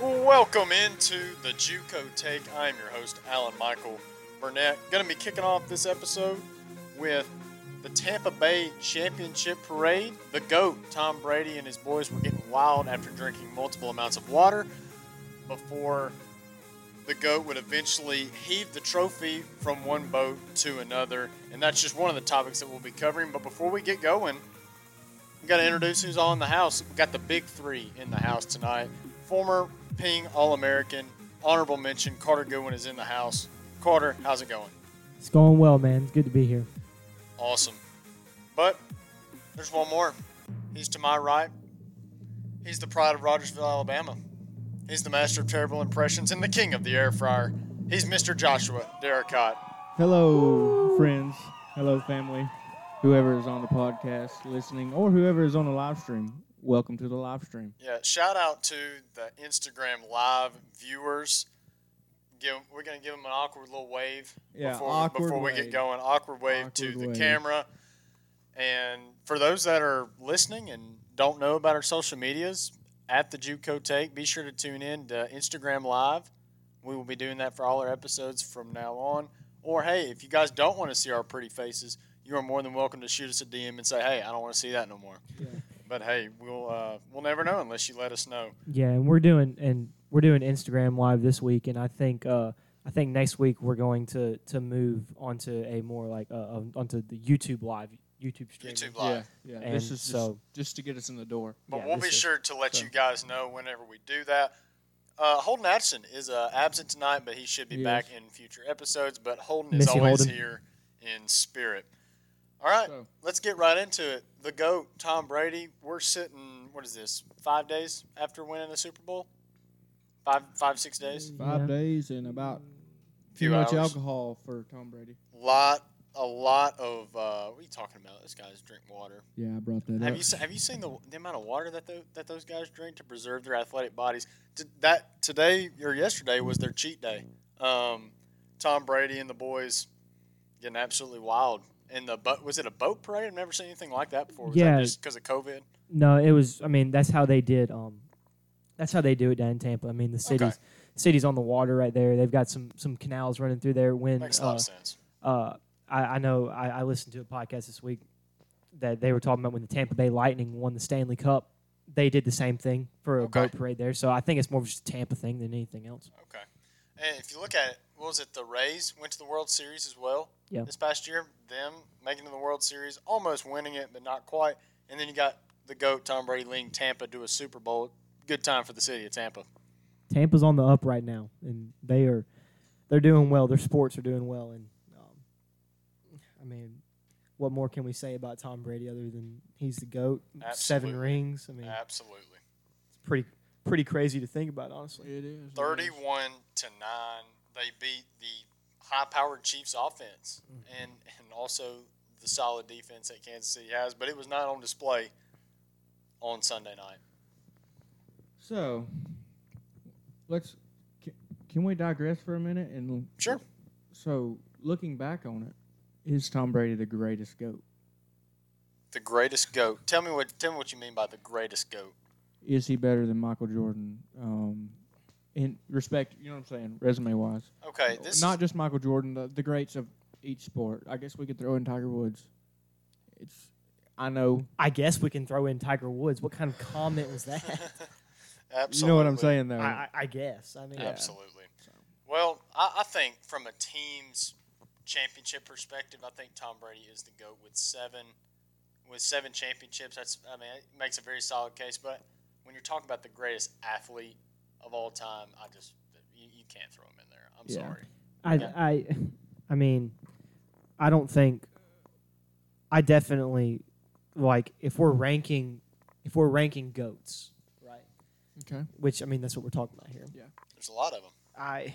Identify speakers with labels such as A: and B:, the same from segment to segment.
A: Welcome into the JUCO Take. I'm your host, Alan Michael Burnett. Going to be kicking off this episode with the Tampa Bay Championship Parade. The GOAT, Tom Brady, and his boys were getting wild after drinking multiple amounts of water before the GOAT would eventually heave the trophy from one boat to another. And that's just one of the topics that we'll be covering. But before we get going, we got to introduce who's all in the house. We got the big three in the house tonight. Former Ping All American, honorable mention, Carter Goodwin is in the house. Carter, how's it going?
B: It's going well, man. It's good to be here.
A: Awesome. But there's one more. He's to my right. He's the pride of Rogersville, Alabama. He's the master of terrible impressions and the king of the air fryer. He's Mr. Joshua Derricott.
C: Hello, friends. Hello, family. Whoever is on the podcast listening or whoever is on the live stream, welcome to the live stream.
A: Yeah, shout out to the Instagram live viewers. Give, we're going to give them an awkward little wave
C: Yeah,
A: before,
C: awkward
A: before we get
C: wave.
A: going. Awkward wave to
C: Awkward
A: the
C: wave.
A: camera. And for those that are listening and don't know about our social medias, at the JUCO Take, be sure to tune in to Instagram Live. We will be doing that for all our episodes from now on. Or hey, if you guys don't want to see our pretty faces, you are more than welcome to shoot us a DM and say, "Hey, I don't want to see that no more." But hey, we'll uh, we'll never know unless you let us know.
B: Yeah, and we're doing and we're doing Instagram live this week, and I think uh, I think next week we're going to to move onto a more like uh, um, onto the YouTube live YouTube stream.
A: YouTube Live.
C: Yeah, yeah.
B: And
C: this is just,
B: so-
C: just to get us in the door.
A: But
B: Yeah,
A: we'll
B: this
A: be
B: is-
A: sure to let
C: so-
A: you guys know whenever we do that. Uh, Holden Atchison is uh, absent tonight, but he should be
C: He
A: back in future episodes. But Holden is
B: Miss you,
A: always
B: Holden.
A: here in spirit. All right,
C: So-
A: let's get right into it. The GOAT, Tom Brady. We're sitting, what is this, five days after winning the Super Bowl? Five, five, six days?
C: Five
B: Yeah.
C: days and about
A: Few
C: too much
A: hours.
C: alcohol for Tom Brady.
A: Lot, a lot of, uh, what are you talking about? This guy's drink water.
C: Yeah, I brought that
A: Have
C: up.
A: you se- have you seen the, the amount of water that tho- that those guys drink to preserve their athletic bodies? T- that today or yesterday was their cheat day. Um, Tom Brady and the boys getting absolutely wild. And the boat was it a boat parade? I've never seen anything like that before. Was
B: Yeah.
A: that just because of COVID.
B: No, it was. I mean, that's how they did. Um, that's how they do it down in Tampa. I mean, the city's city's on the water right there. They've got some some canals running through there. When
A: Makes a
B: uh,
A: lot of sense.
B: uh, I, I know I, I listened to a podcast this week that they were talking about when the Tampa Bay Lightning won the Stanley Cup. They did the same thing for a
A: Okay.
B: boat parade there. So I think it's more of just a Tampa thing than anything else.
A: Okay. And if you look at it, what was it? The Rays went to the World Series as well.
B: Yeah.
A: This past year, them making it to the World Series, almost winning it, but not quite. And then you got the goat Tom Brady leading Tampa to a Super Bowl. Good time for the city of Tampa.
B: Tampa's on the up right now, and they are they're doing well. Their sports are doing well, and um, I mean, what more can we say about Tom Brady other than he's the goat,
A: Absolutely.
B: seven rings? I mean,
A: Absolutely.
B: it's pretty pretty crazy to think about, honestly.
C: It is.
A: Thirty-one to nine, they beat the high-powered Chiefs offense, and and also the solid defense that Kansas City has. But it was not on display on Sunday night.
C: So, let's. Can, can we digress for a minute? And
A: Sure.
C: So, looking back on it, is Tom Brady the greatest goat?
A: The greatest goat. Tell me what. Tell me what you mean by the greatest goat.
C: is he better than Michael Jordan? Um, in respect, you know what I'm saying, resume wise.
A: Okay, this
C: Not just Michael Jordan, the, the greats of each sport. I guess we could throw in Tiger Woods. It's, I know,
B: I guess we can throw in Tiger Woods. What kind of comment was
A: is,
B: that?
A: absolutely.
C: you know what I'm saying though.
B: I, I, I guess. I mean,
A: Absolutely. Well, I, I think from a team's championship perspective, I think Tom Brady is the goat with seven, with seven championships. That's I mean, it makes a very solid case. But when you're talking about the greatest athlete of all time, I just you, you can't throw him in there. I'm
C: Yeah.
A: sorry.
B: I,
A: Yeah.
B: I, I mean, I don't think. I definitely like if we're ranking, if we're ranking goats, right?
C: okay.
B: Which I mean, that's what we're talking about here.
A: There's a lot of them.
B: I,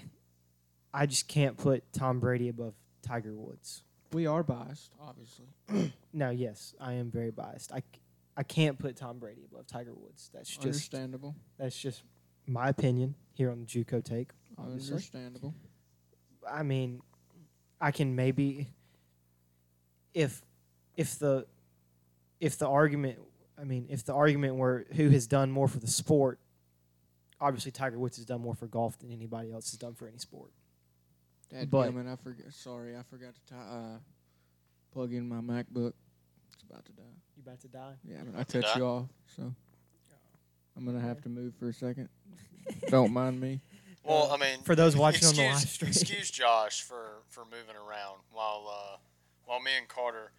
B: I just can't put Tom Brady above Tiger Woods.
C: We are biased, obviously.
B: Now, yes, I am very biased. I, c- I can't put Tom Brady above Tiger Woods. That's just
C: Understandable.
B: that's just my opinion here on the JUCO take. Obviously.
C: Understandable.
B: I mean, I can maybe if if the if the argument I mean if the argument were who has done more for the sport, obviously Tiger Woods has done more for golf than anybody else has done for any sport.
C: Dad
B: But-
C: damn it, I forgot. Sorry, I forgot to ti uh, plug in my MacBook. It's about to die.
B: You about to die?
C: Yeah,
A: About
C: but I
A: to
C: cut
A: die?
C: you off, so I'm gonna have to move for a second. Don't mind me.
A: Well, I mean,
B: Uh, For those watching on
A: excuse,
B: the live stream,
A: excuse Josh for for moving around while uh, while me and Carter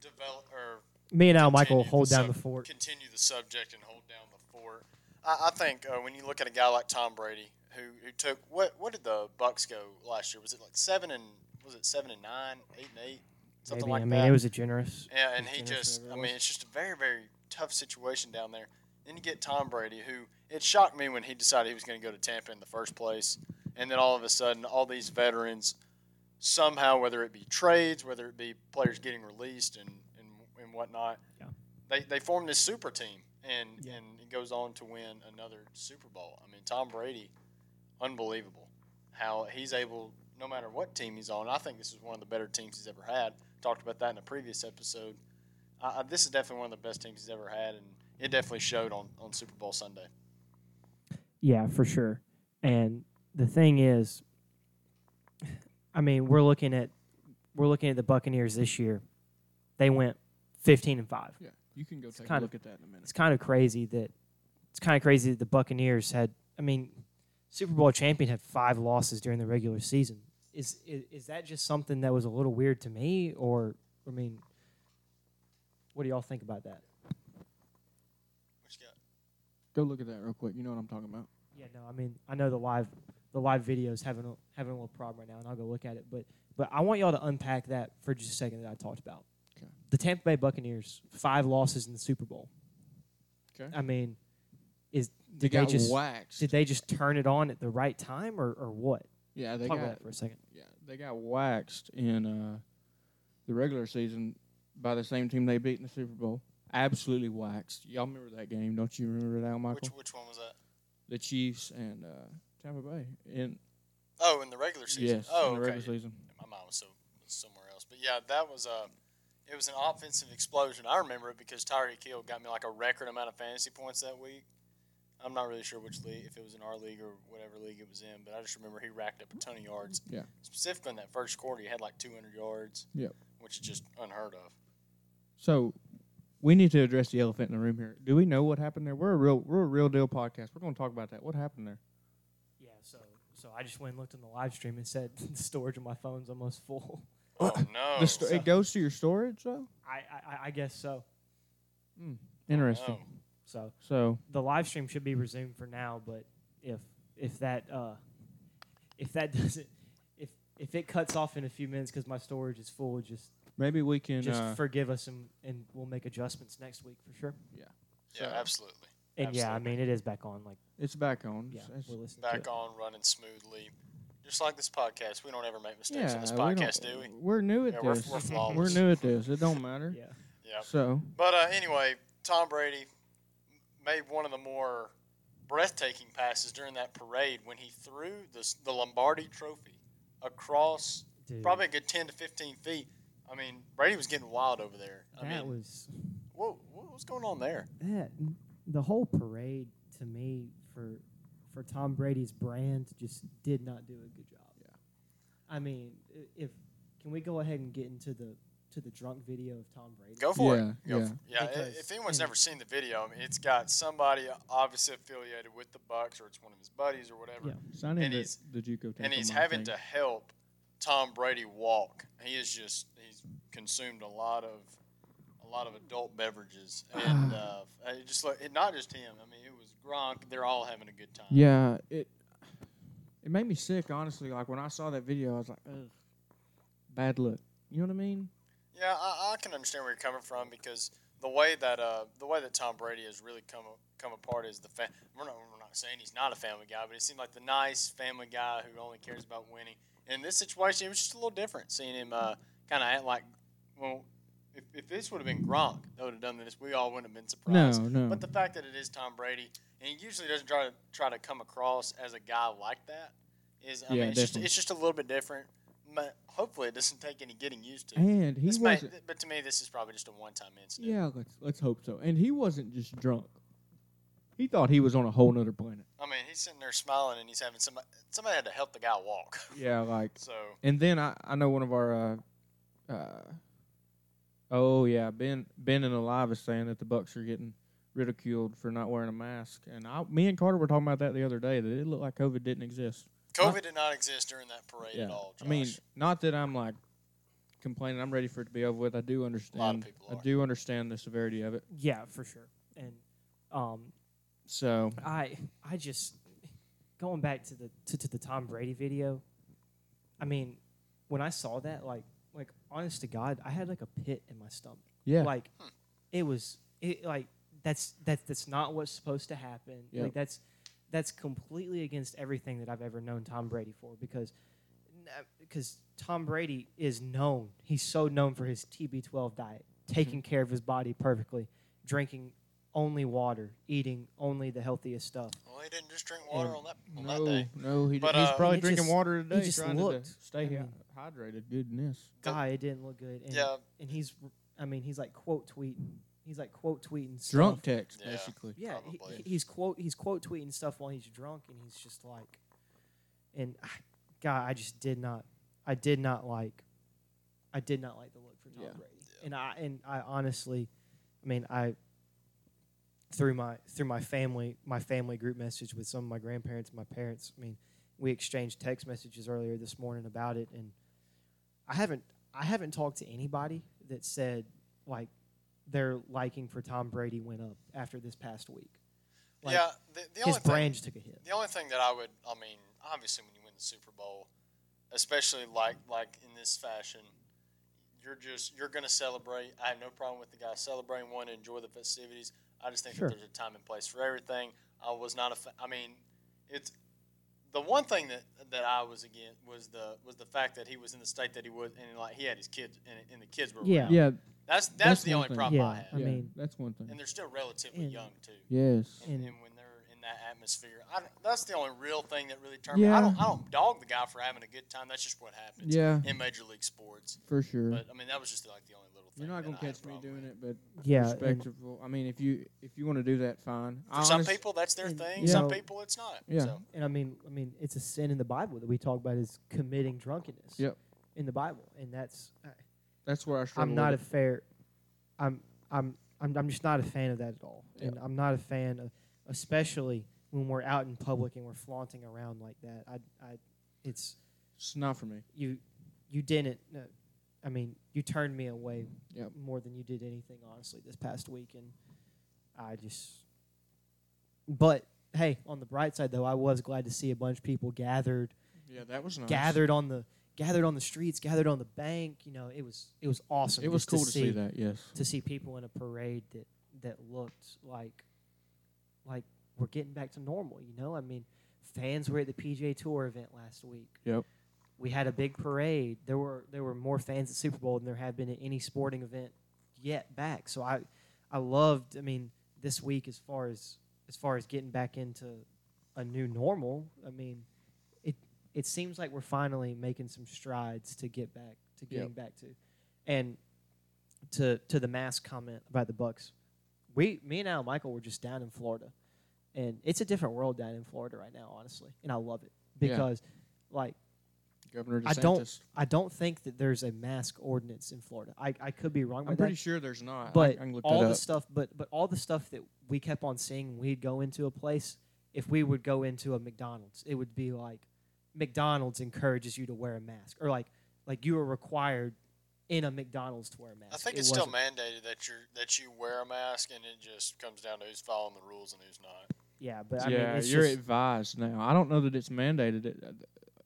A: develop or
B: me and Al
A: continue
B: Michael
A: the
B: hold down
A: sub-
B: the fort.
A: Continue the subject and hold down the fort. I, I think uh, when you look at a guy like Tom Brady, who who took what what did the Bucks go last year? Was it like seven and was it seven and nine, eight and eight, something
B: Maybe.
A: like
B: I mean,
A: that?
B: it was a generous.
A: yeah, and he
B: generous,
A: just I
B: whatever it
A: mean, it's just a very very tough situation down there. Then you get Tom Brady, who it shocked me when he decided he was going to go to Tampa in the first place, and then all of a sudden, all these veterans somehow, whether it be trades, whether it be players getting released and and, and whatnot,
B: Yeah.
A: they they form this super team, and
B: Yeah.
A: and it goes on to win another Super Bowl. I mean, Tom Brady, unbelievable, how he's able, no matter what team he's on. I think this is one of the better teams he's ever had. Talked about that in a previous episode. I, I, this is definitely one of the best teams he's ever had, and it definitely showed on on Super Bowl Sunday.
B: Yeah, for sure. And the thing is, I mean, we're looking at we're looking at the Buccaneers this year. They went fifteen and five.
C: Yeah, you can go take a
B: kind
C: look at that in a minute.
B: It's kind of crazy that it's kind of crazy that the Buccaneers had. I mean, Super Bowl champion had five losses during the regular season. Is is, is that just something that was a little weird to me, or I mean, what do y'all think about that?
A: Which guy?
C: Go look at that real quick. You know what I'm talking about.
B: Yeah, no, I mean, I know the live the live videos having a, having a little problem right now, and I'll go look at it. But but I want y'all to unpack that for just a second that I talked about.
C: 'Kay.
B: The Tampa Bay Buccaneers five losses in the Super Bowl.
C: 'Kay.
B: I mean, is
C: They
B: did they,
C: got
B: just
C: waxed.
B: did they just turn it on at the right time or, or what?
C: yeah, they
B: Talk
C: got
B: about that for a second.
C: yeah, they got waxed in uh, the regular season by the same team they beat in the Super Bowl. Absolutely waxed. Y'all remember that game, don't you remember that, Michael?
A: Which which one was that?
C: the Chiefs and uh, Tampa Bay. In
A: Oh, in the regular season.
C: yes,
A: oh,
C: in the
A: okay.
C: regular season.
A: my mind was so was somewhere else. But yeah, that was a it was an offensive explosion. I remember it because Tyreek Hill got me like a record amount of fantasy points that week. I'm not really sure which league, if it was in our league or whatever league it was in, but I just remember he racked up a ton of yards.
C: Yeah.
A: Specifically in that first quarter, he had like 200 yards.
C: Yep.
A: Which is just unheard of.
C: So we need to address the elephant in the room here. Do we know what happened there? We're a real, we're a real deal podcast. We're going to talk about that. What happened there?
B: Yeah, so so I just went and looked on the live stream and said the storage of my phone's almost full.
A: Oh no.
C: The sto- it goes to your storage though.
B: I I, I guess so.
C: Interesting.
A: Oh.
B: So
C: So
B: the live stream should be resumed for now, but if if that uh, if that doesn't if if it cuts off in a few minutes because my storage is full, just
C: maybe we can.
B: just
C: uh,
B: forgive us and and we'll make adjustments next week for sure.
A: yeah,
C: so-
A: absolutely.
B: And yeah, I
A: Absolutely.
B: mean it is back on. Like
C: it's back on.
B: yeah,
C: It's-
B: we're listening. to
A: Back
B: it.
A: on, running smoothly. Just like this podcast, we don't ever make mistakes on this
C: we don't-
A: podcast, do we?
C: We're new at
A: Yeah, we're,
C: this.
A: we're
C: We're,
A: flawless.
C: new at this. It don't matter.
B: Yeah,
A: Yeah.
C: So
A: But uh, anyway, Tom Brady made one of the more breathtaking passes during that parade when he threw the, the Lombardi Trophy across
B: dude,
A: probably a good 10 to 15 feet. I mean, Brady was getting wild over there. I
B: that
A: mean,
B: was
A: what, what was going on there?
B: that the whole parade to me for for Tom Brady's brand just did not do a good job.
C: Yeah.
B: I mean, i- if can we go ahead and get into the to the drunk video of Tom Brady?
A: Go for
C: Yeah,
A: it. Go
C: yeah.
A: For, yeah. i-
B: Because-
A: If anyone's never seen the video, I mean, it's got somebody obviously affiliated with the Bucks or it's one of his buddies or whatever.
B: Yeah.
C: sign
A: And
C: in the,
A: he's-
C: the JUCO.
A: and
C: tape
A: he's
C: on my
A: having
C: thing.
A: to help Tom Brady walk. He is just he's consumed a lot of a lot of adult beverages, and uh, it just like it, not just him. I mean, it was Gronk. They're all having a good time.
C: Yeah, it it made me sick, honestly. Like when I saw that video, I was like, Ugh, bad look. You know what I mean?
A: yeah. I, I can understand where you're coming from because the way that uh, the way that Tom Brady has really come come apart is the fa- we're not we're not saying he's not a family guy, but it seemed like the nice family guy who only cares about winning. in this situation, it was just a little different seeing him uh, kind of act like, well, if, if this would have been Gronk that would have done this, we all wouldn't have been surprised.
C: No, no.
A: But the fact that it is Tom Brady, and he usually doesn't try to try to come across as a guy like that, is I
C: Yeah,
A: mean, it's just,
C: definitely.
A: it's just a little bit different. But hopefully, it doesn't take any getting used to.
C: And he
A: This
C: was
A: may,
C: not
A: but to me, this is probably just a one-time incident.
C: Yeah, let's let's hope so. And he wasn't just drunk. He thought he was on a whole nother planet.
A: I mean, he's sitting there smiling and he's having somebody. Somebody had to help the guy walk.
C: Yeah, like.
A: So
C: And then I, I know one of our. Uh, uh, oh yeah, Ben Ben and Alive is saying that the Bucks are getting ridiculed for not wearing a mask, and I, me and Carter were talking about that the other day. That it looked like COVID didn't exist.
A: COVID did not exist during that parade at all. Josh.
C: I mean, not that I'm like complaining. I'm ready for it to be over with. I do understand.
A: people
C: I
A: are.
C: do understand the severity of it.
B: Yeah, for sure. And um,
C: So
B: I I just going back to the to, to the Tom Brady video. I mean, when I saw that, like like honest to God, I had like a pit in my stomach.
C: yeah,
B: Like it was it like that's that's that's not what's supposed to happen.
C: Yep.
B: Like that's that's completely against everything that I've ever known Tom Brady for because because Tom Brady is known. He's so known for his TB12 diet, taking
C: Mm-hmm.
B: care of his body perfectly, drinking only water, eating only the healthiest stuff.
A: well, he didn't just drink water
B: and
A: on that on
C: no,
A: that day.
C: no, he,
A: But,
C: he's
A: uh,
C: probably
B: It
C: drinking
B: just-
C: water today,
B: just
C: trying
B: looked.
C: to stay
B: I
C: hy-
B: mean-
C: hydrated. Goodness.
A: The-
B: God, it didn't look good. And,
A: Yeah.
B: and he's, I mean, he's like quote tweeting. He's like quote tweeting stuff.
C: drunk text
A: Yeah.
C: basically.
B: Yeah, he,
A: Probably.
B: he- he's quote he's quote tweeting stuff while he's drunk, and he's just like, and I, God, I just did not, I did not like, I did not like the look for Tom
C: Yeah.
B: Brady, and I and I honestly, I mean, I through my through my family my family group message with some of my grandparents, my parents. I mean, we exchanged text messages earlier this morning about it, and I haven't I haven't talked to anybody that said like their liking for Tom Brady went up after this past week. Like,
A: yeah, the, the
B: his
A: only thing,
B: brand took a hit.
A: The only thing that I would, I mean, obviously when you win the Super Bowl, especially like like in this fashion, you're just you're gonna celebrate. I have no problem with the guy celebrating one, enjoy the festivities. I just think
B: Sure.
A: that there's a time and place for everything. I was not a, fa- I mean, it's the one thing that that I was against was the was the fact that he was in the state that he was, and like he had his kids, and, and the kids were
B: Yeah.
A: around.
C: Yeah,
A: That's that's,
C: That's
A: the
C: one
A: only
C: thing.
A: problem
B: Yeah,
A: I
B: I
A: have,
C: yeah,
B: mean-
C: that's one thing.
A: and they're still relatively
B: And-
A: young too.
C: Yes.
A: and,
B: And-
A: and when they're in that atmosphere, I, don't- that's the only real thing that really turned me.
C: Yeah.
A: I don't, I don't dog the guy for having a good time. That's just what happens.
C: Yeah,
A: in major league sports.
C: for sure.
A: But I mean, that was just like the only little thing.
C: You're not
A: that
C: gonna
A: I had a
C: catch me
A: problem
C: doing
A: with.
C: it, but
B: Yeah, and-
C: respectable. I mean, if you if you want to do that, fine. I
A: For some
C: honest-
A: people, that's their
B: and,
A: thing.
B: you
A: Some
B: know-
A: people, it's not.
C: Yeah.
A: So,
B: And I mean, I mean, it's a sin in the Bible that we talk about is committing drunkenness.
C: Yep.
B: In the Bible, and that's I,
C: that's where I struggle.
B: I'm not a
C: with
B: fair. I'm I'm I'm I'm just not a fan of that at all,
C: Yeah.
B: and I'm not a fan of, especially when we're out in public and we're flaunting around like that. I I, it's
C: it. It's not for me.
B: you you didn't no, I mean you turned me away
C: Yep.
B: more than you did anything honestly this past week and I just but hey on the bright side though I was glad to see a bunch of people gathered
C: Yeah, that was nice.
B: gathered on the gathered on the streets gathered on the bank you know it was it was awesome
C: It was
B: just
C: cool to see that. Yes.
B: to see people in a parade that that looked like like we're getting back to normal you know I mean fans were at the PGA Tour event last week
C: Yep.
B: we had a big parade. There were there were more fans at Super Bowl than there have been at any sporting event yet back. So I I loved. I mean, this week as far as as far as getting back into a new normal. I mean, it it seems like we're finally making some strides to get back to getting back to, and to to the mask comment about the Bucks. We me and Al and Michael were just down in Florida, and it's a different world down in Florida right now, honestly, and I love it
C: Yeah.
B: because like.
C: Governor DeSantis.
B: I don't. I don't think that there's a mask ordinance in Florida. I, I could be wrong.
C: I'm
B: about
C: pretty
B: that,
C: sure there's not. I- I,
B: but
C: can look
B: all
C: that
B: the
C: up.
B: stuff, but but all the stuff that we kept on seeing, we'd go into a place. If we would go into a McDonald's, it would be like McDonald's encourages you to wear a mask, or like like you are required in a McDonald's to wear a mask.
A: I think
B: It
A: it's still
B: wasn't-
A: mandated that you that you wear a mask, and it just comes down to who's following the rules and who's not.
B: yeah, but I
C: yeah,
B: mean, it's
C: you're
B: just,
C: advised now. I don't know that it's mandated. It, uh,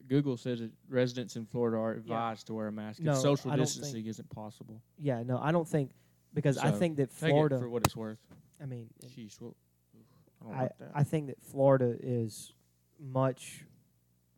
C: Google says that residents in Florida are advised to wear a mask.
B: No,
C: if social
B: I don't
C: distancing isn't possible.
B: yeah. No, I don't think because I
C: So,
B: think that
C: Take it
B: Florida.
C: for what it's worth.
B: I mean,
C: Jeez, well, I don't
B: I,
C: like that.
B: I think that Florida is much.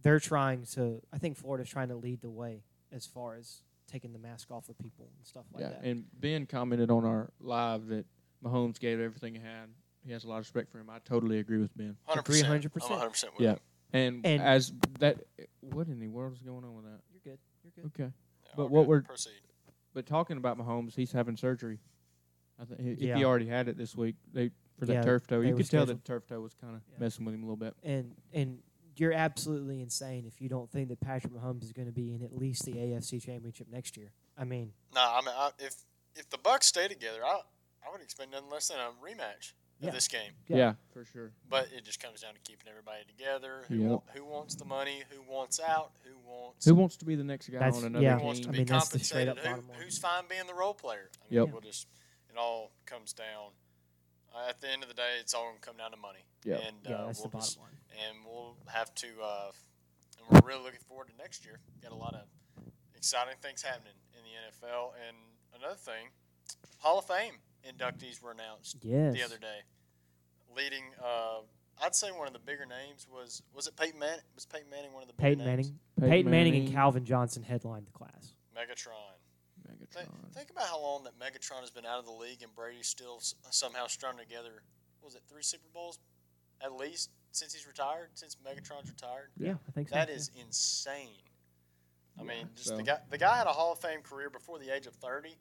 B: They're trying to. I think Florida's trying to lead the way as far as taking the mask off of people and stuff like
C: yeah,
B: that.
C: and Ben commented on our live that Mahomes gave everything he had. He has a lot of respect for him. I totally agree with Ben.
A: Hundred
B: Agree
A: percent.
B: 100%.
A: One hundred percent.
C: Yeah. And,
B: And-
C: as that, what in the world is going on with that?
B: you're good. You're good.
C: Okay, But what we're-
A: proceed.
C: but talking about Mahomes, he's having surgery. I think he- if
B: Yeah.
C: he already had it this week, they for that
B: Yeah,
C: turf toe.
B: they
C: You
B: were
C: could tell
B: scheduled.
C: that turf toe was kind of
B: Yeah.
C: messing with him a little bit.
B: And and you're absolutely insane if you don't think that Patrick Mahomes is going to be in at least the AFC Championship next year. I mean,
A: Nah, I mean, I, if if the Bucks stay together, I I would expect nothing less than a rematch
B: Yeah.
A: of this game.
B: Yeah.
C: Yeah, for sure.
A: But it just comes down to keeping everybody together. Who,
C: Yeah.
A: wa- who wants the money? Who wants out? Who wants?
C: Who wants to be the next guy
B: That's-
C: on another
B: yeah.
A: who wants to
C: team?
A: be
B: mean, that's the straight
A: compensated?
B: up
A: Who,
B: bottom line.
A: who's fine being the role player? I mean,
C: Yep.
A: we'll just it all comes down. Uh, at the end of the day, it's all gonna come down to money.
C: Yep.
A: And
B: yeah,
A: uh,
B: that's
A: we'll
B: the
A: just,
B: bottom line.
A: and we'll have to. Uh, and we're really looking forward to next year. Got a lot of exciting things happening in the NFL. And another thing, Hall of Fame inductees were announced
B: Yes.
A: the other day. Leading, uh, I'd say one of the bigger names was was it Peyton Manning? Was Peyton Manning one of the bigger
B: Peyton
A: names?
B: Manning. Peyton, Manning, and Calvin Johnson headlined the class.
A: Megatron. Th-
C: Megatron.
A: think about how long that Megatron has been out of the league, and Brady's still s- somehow strung together. What was it three Super Bowls, at least since he's retired? Since Megatron's retired,
C: Yeah.
B: I think so.
A: that
B: yeah.
A: is insane. I
C: Yeah,
A: mean, just
C: so-
A: the guy. The guy had a Hall of Fame career before the age of thirty.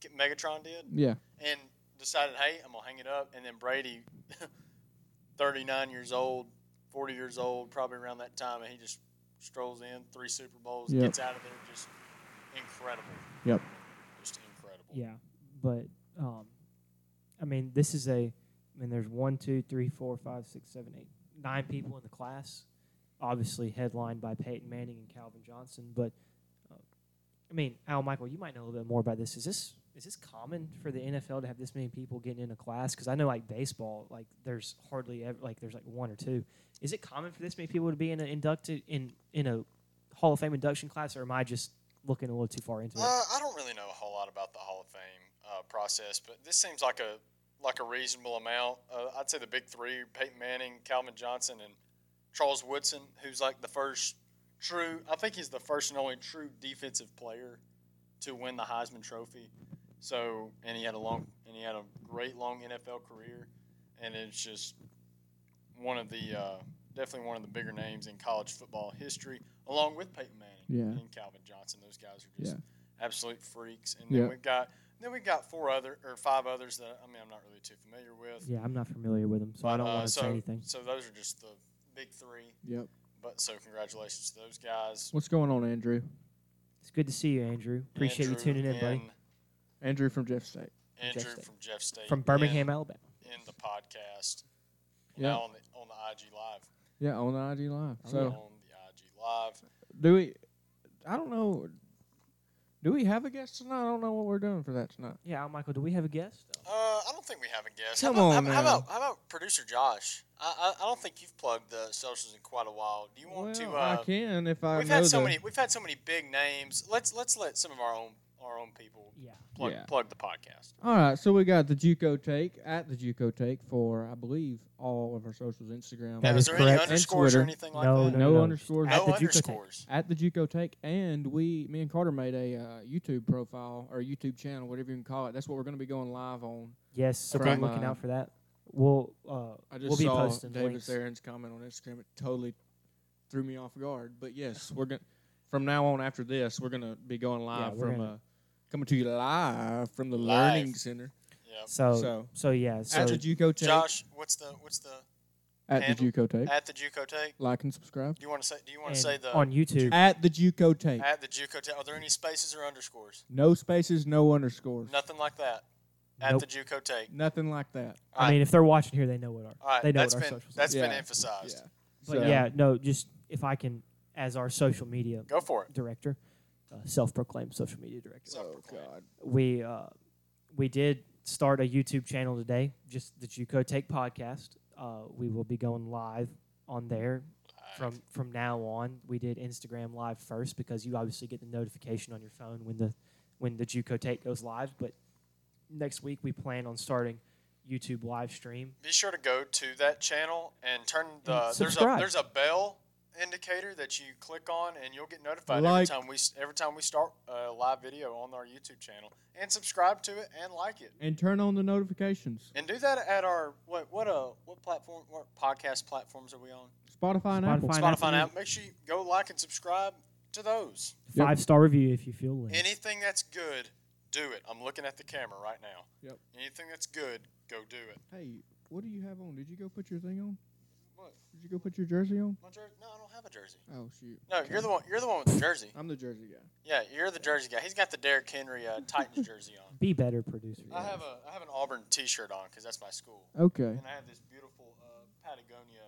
A: K- Megatron did,
C: Yeah,
A: and decided, hey, I'm gonna hang it up. And then Brady, 39 years old, 40 years old, probably around that time, and he just strolls in three Super Bowls,
C: Yep.
A: gets out of there, just incredible.
C: Yep.
A: Just incredible.
B: Yeah, but um, I mean, this is a. I mean, there's one, two, three, four, five, six, seven, eight, nine people in the class. Obviously, headlined by Peyton Manning and Calvin Johnson. But uh, I mean, Al Michael, you might know a little bit more about this. Is this is this common for the NFL to have this many people getting in a class? Because I know, like baseball, like there's hardly ever like there's like one or two. Is it common for this many people to be in an inducted in in a Hall of Fame induction class, or am I just looking a little too far into it?
A: Uh, I don't really know a whole lot about the Hall of Fame uh, process, but this seems like a like a reasonable amount. Uh, I'd say the big three: Peyton Manning, Calvin Johnson, and Charles Woodson, who's like the first true. I think he's the first and only true defensive player to win the Heisman Trophy. So, and he had a long and he had a great long NFL career, and it's just one of the uh, definitely one of the bigger names in college football history, along with Peyton Manning
C: Yeah.
A: and Calvin Johnson. Those guys are just
C: Yeah.
A: absolute freaks. And then
C: Yeah.
A: we've got then we've got four other or five others that I mean I'm not really too familiar with.
B: Yeah, I'm not familiar with them, so I don't
A: Uh,
B: want to
A: so,
B: say anything.
A: So those are just the big three.
C: yep.
A: But so congratulations to those guys.
C: What's going on, Andrew?
B: It's good to see you, Andrew. Appreciate
A: Andrew
B: you tuning in, buddy.
A: and
C: Andrew from Jeff State.
A: Andrew
B: State.
A: from Jeff State
B: From
A: in-
B: Birmingham, Alabama.
A: in, the podcast.
C: Yeah.
A: Now on the on the IG live.
C: Yeah, on the IG live.
B: Oh,
C: Oh, So
A: on the IG live.
C: do we? I don't know. Do we have a guest tonight? I don't know what we're doing for that tonight.
B: Yeah, Al Michael, do we have a guest?
A: Uh, I don't think we have a guest.
C: Come
A: how about,
C: on
A: how, how
C: now.
A: about how about producer Josh? I, I I don't think you've plugged the socials in quite a while. Do you want
C: well,
A: to? Uh,
C: I can if I
A: we've
C: know
A: had so
C: the-
A: many we've had so many big names. Let's let's let some of our own our own people
B: Yeah.
A: plug
C: Yeah.
A: plug the podcast.
C: All right, so we got the JUCO take at the JUCO take for I believe all of our socials, Instagram.
B: That
A: now,
B: is
A: there any
B: correct.
C: And
A: underscores or
C: Twitter.
A: anything like
B: No,
A: that?
C: no,
B: no, no.
C: underscores
B: At
A: No
B: the Juco Tape.
A: underscores.
C: at the JUCO take, and we, me and Carter made a uh, YouTube profile or YouTube channel, whatever you can call it. That's what we're going to be going live on.
B: Yes, so
C: From,
B: we're looking
C: uh,
B: out for that. We'll uh,
C: I just
B: we'll be
C: saw
B: posting
C: Davis
B: links.
C: Aaron's comment on Instagram. It totally threw me off guard. But yes, we're going to from now on after this, we're going to be going live
B: we're
C: from
B: gonna-
C: uh, coming to you live from the
A: Live.
C: Learning Center.
A: Yep.
B: So, so
C: So-
B: yeah, so
C: at the JUCO take,
A: Josh, what's the what's the
C: at the
A: handle.
C: JUCO take,
A: at the JUCO take?
C: like and subscribe.
A: Do you want to say? Do you want
B: and
A: to say the
B: on YouTube.
C: At the JUCO take,
A: at the JUCO take? Are there any spaces or underscores?
C: no spaces, no underscores,
A: Nothing like that. At
B: Nope.
A: the JUCO take.
C: nothing like that.
A: All
B: I
A: right.
B: mean, if they're watching here, they know what our
A: All right,
B: they know
A: that's
B: what our
A: been
B: socials.
A: that's been
C: Yeah.
A: emphasized.
B: are. But
C: So-
B: yeah, no, just if I can, as our social media
A: Go for it.
B: director, uh, self-proclaimed social media director.
A: So-
C: Oh God.
B: we uh, we did start a YouTube channel today, just the JUCO Take podcast. Uh, we will be going live on there from from now on. We did Instagram live first because you obviously get the notification on your phone when the when the JUCO Take goes live. But next week we plan on starting YouTube live stream.
A: be sure to go to that channel and turn the
B: And
A: there's a
B: subscribe.
A: there's a bell indicator that you click on and you'll get notified
C: Like.
A: every time we s- every time we start a live video on our YouTube channel and subscribe to it and like it
C: And turn on the notifications.
A: and do that at our what what uh what platform what podcast platforms are we on
C: Spotify and Apple.
B: Spotify. On Apple
A: Spotify now
B: Music.
A: make sure you go like and subscribe to those
C: Yep.
B: Five star review if you feel like.
A: anything that's good do it I'm looking at the camera right now
C: Yep.
A: anything that's good go do it.
C: Hey, what do you have on? Did you go put your thing on?
A: What?
C: Did you go put your jersey on?
A: My jer- no, I don't have a jersey.
C: Oh shoot.
A: No, you're the one. You're the one with the jersey.
C: I'm the jersey guy.
A: Yeah, you're the jersey guy. He's got the Derrick Henry uh, Titans jersey on.
B: Be better, producer.
A: I have a I have an Auburn T-shirt on because that's my school,
C: Okay.
A: and I have this beautiful uh, Patagonia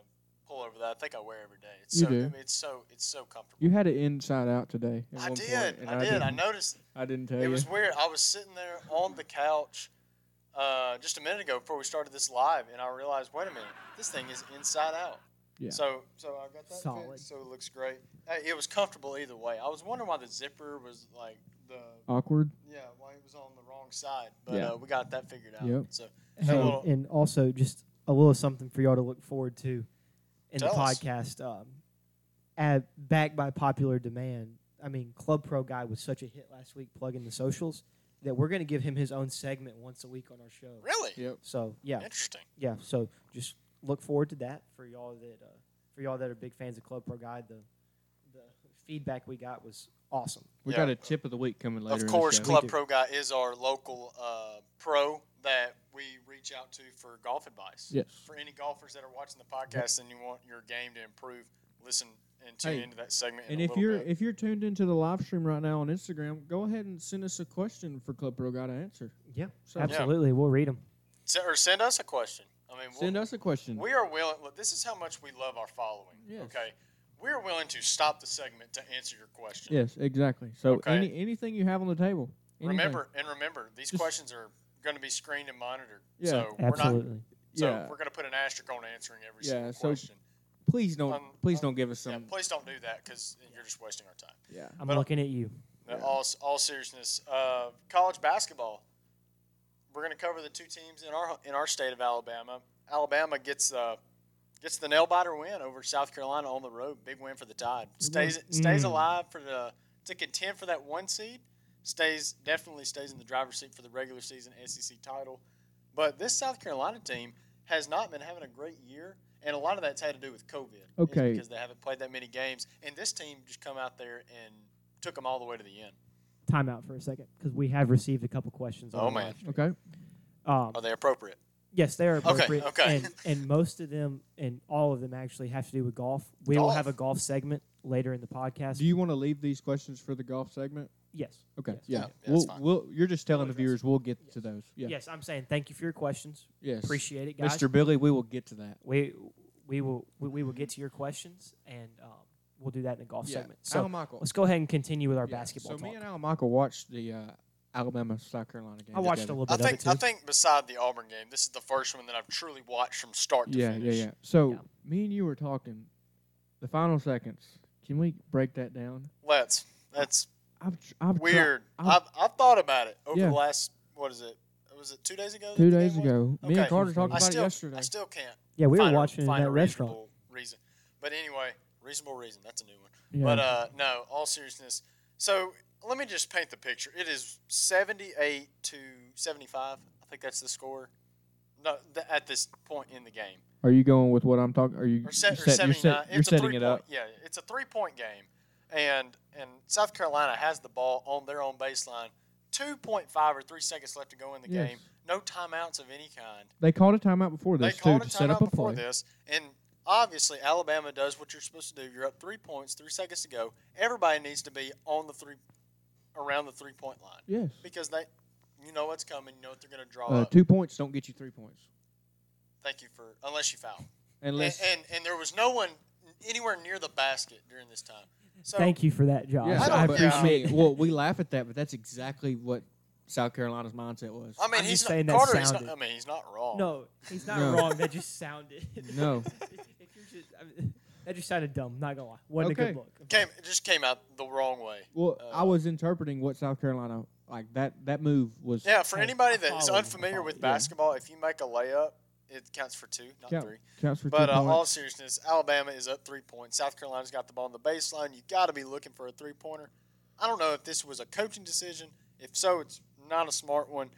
A: pullover that I think I wear every day. It's
C: You
A: so
C: do.
A: I mean, it's so it's so comfortable.
C: You had it inside out today. at
A: I
C: one
A: did,
C: point, and
A: I did. I
C: didn't-
A: noticed.
C: I didn't tell
A: It
C: you.
A: was weird. I was sitting there on the couch uh, just a minute ago before we started this live, and I realized, wait a minute, this thing is inside out.
C: Yeah.
A: So, so I got that
B: Solid.
A: fixed, so it looks great. Hey, it was comfortable either way. I was wondering why the zipper was like the
C: Awkward.
A: yeah, why it was on the wrong side, but
C: Yeah.
A: uh, we got that figured out.
C: Yep.
A: So
B: and,
A: a little-
B: and also just a little something for y'all to look forward to in the
A: Tell us.
B: podcast. Um, at, back by popular demand. I mean, Club Pro guy was such a hit last week plugging the socials that we're going to give him his own segment once a week on our show.
A: really,
C: Yep.
B: So yeah,
A: interesting.
B: yeah. So just look forward to that for y'all that uh, for y'all that are big fans of Club Pro Guide. The the feedback we got was awesome.
C: We
A: Yeah.
C: got a tip of the week coming later. in
A: of
C: the
A: course,
C: show.
A: Club
B: do.
A: Pro Guy is our local uh, pro that we reach out to for golf advice.
C: Yes.
A: For any golfers that are watching the podcast and you want your game to improve, listen and tune
C: Hey,
A: into that segment.
C: And
A: in a
C: if
A: little
C: you're
A: bit.
C: if you're tuned into the live stream right now on Instagram, go ahead and send us a question for Club Pro Guy to answer.
B: Yeah,
C: So-
B: absolutely. We'll read them.
A: Se- or send us a question. I mean,
C: Send
A: we'll,
C: us a question.
A: we are willing. Look, this is how much we love our following.
C: Yes.
A: Okay, we're willing to stop the segment to answer your question.
C: yes, exactly. So
A: Okay.
C: any anything you have on the table. anything.
A: Remember and remember, these
C: Just-
A: questions are going to be screened and monitored.
C: Yeah.
A: so we're not.
B: Absolutely.
A: So
C: yeah.
A: we're going to put an asterisk on answering every single
C: Yeah, so-
A: question.
C: please don't
A: um,
C: please
A: um,
C: don't give us some
A: yeah, please don't do that because you're just wasting our time.
C: yeah.
B: I'm
A: but-
B: looking at you.
A: No,
C: Yeah.
A: All, all seriousness, uh, college basketball. We're going to cover the two teams in our in our state of Alabama. Alabama gets uh, gets the nail biter win over South Carolina on the road. Big win for the Tide. Stays stays
B: Mm.
A: alive for the to contend for that one seed. Stays definitely stays in the driver's seat for the regular season SEC title. But this South Carolina team has not been having a great year, and a lot of that's had to do with COVID. is
C: Okay.
A: because they haven't played that many games, and this team just come out there and took them all the way to the end.
B: Time out for a second because we have received a couple questions.
A: Oh,
B: on
A: man.
C: Okay.
B: Um,
A: Are they appropriate?
B: Yes, they are appropriate.
A: okay.
B: And, and most of them and all of them actually have to do with golf. We will
A: Golf.
B: have a golf segment later in the podcast.
C: Do you want to leave these questions for the golf segment?
B: yes.
C: Okay.
B: Yes.
C: Yeah.
A: Yeah, that's
C: we'll,
A: fine.
C: we'll you're just telling
A: We'll
C: the
A: address
C: viewers we'll get
B: Yes.
C: to those. Yeah.
B: Yes, I'm saying thank you for your questions.
C: Yes.
B: Appreciate it, guys.
C: Mr. Billy, we will get to that.
B: We we will we, we will get to your questions and um, we'll do that in the golf
C: Yeah.
B: segment. So
C: Al Michael.
B: let's go aad and continue with our
C: Yeah.
B: basketball
C: So me
B: talk.
C: and Al Michael watched the uh, Alabama South Carolina game.
B: I watched
C: together.
B: a little
A: I
B: bit
A: think I
B: of it too.
A: think beside the Auburn game, this is the first one that I've truly watched from start to
C: yeah,
A: finish.
C: yeah, yeah. So
B: Yeah.
C: me and you were talking the final seconds. Can we break that down?
A: Let's. That's
C: I've, tr- I've tri-
A: weird.
C: I'll-
A: I've, I've thought about it over
C: Yeah.
A: the last what is it? Was it two days ago? that
C: two
A: the game
C: days
A: was?
C: ago, me
A: Okay.
C: and Carter talked
A: I
C: about
A: still,
C: it yesterday.
A: I still can't.
B: yeah, we were
A: find a-
B: watching it in
A: find a
B: that restaurant.
A: reasonable Reason, but anyway, reasonable reason. That's a new one.
C: yeah.
A: But uh, no, all seriousness. So let me just paint the picture. It is seventy-eight to seventy-five. I think that's the score. No, th- at this point in the game.
C: are you going with what I'm talking? Are you
A: or, se- or
C: you're set- you're,
A: 79.
C: set-
A: it's
C: you're
A: a
C: setting
A: three
C: it
A: point,
C: up?
A: Yeah, it's a three point game, and and South Carolina has the ball on their own baseline. Two point five or three seconds left to go in the
C: Yes.
A: game. No timeouts of any kind.
C: They called a timeout before
A: They
C: this too
A: called a
C: to set up
A: timeout
C: a
A: before
C: play.
A: this, and obviously Alabama does what you're supposed to do. You're up three points, three seconds to go. Everybody needs to be on the three, around the three point line
C: Yes,
A: because they, you know what's coming. You know what they're going to draw
C: uh,
A: up.
C: two points don't get you three points
A: Thank you for unless you foul.
C: unless
A: and, and and there was no one anywhere near the basket during this time. So
B: Thank you for that, Josh.
C: Yeah,
A: I
C: I,
A: don't- yeah.
C: appreciate. it. Well, we laugh at that, but that's exactly what South Carolina's mindset was.
A: I mean,
B: I'm
A: he's
B: just
A: not,
B: saying that
A: Carter. He's not,
B: sounded-
A: I mean, he's not wrong.
B: No, he's not
C: No.
B: wrong. That just sounded.
C: No.
B: If you're just- I mean, that just sounded dumb. Not gonna lie, wasn't a
C: Okay.
B: good look.
A: came it just came out the wrong way.
C: Well, I
A: Uh,
C: was interpreting what South Carolina like that. That move was
A: Yeah, for
B: Hey,
A: anybody
B: I
A: that's
B: follow you, I
A: unfamiliar
B: follow
A: with
B: you.
A: basketball, if you make a layup, it counts for two, not
C: Count-
A: three.
C: counts for
A: But
C: two
A: uh, all
C: points.
A: seriousness, Alabama is up three points. South Carolina's got the ball on the baseline. You got to be looking for a three pointer. I don't know if this was a coaching decision. If so, it's not a smart one,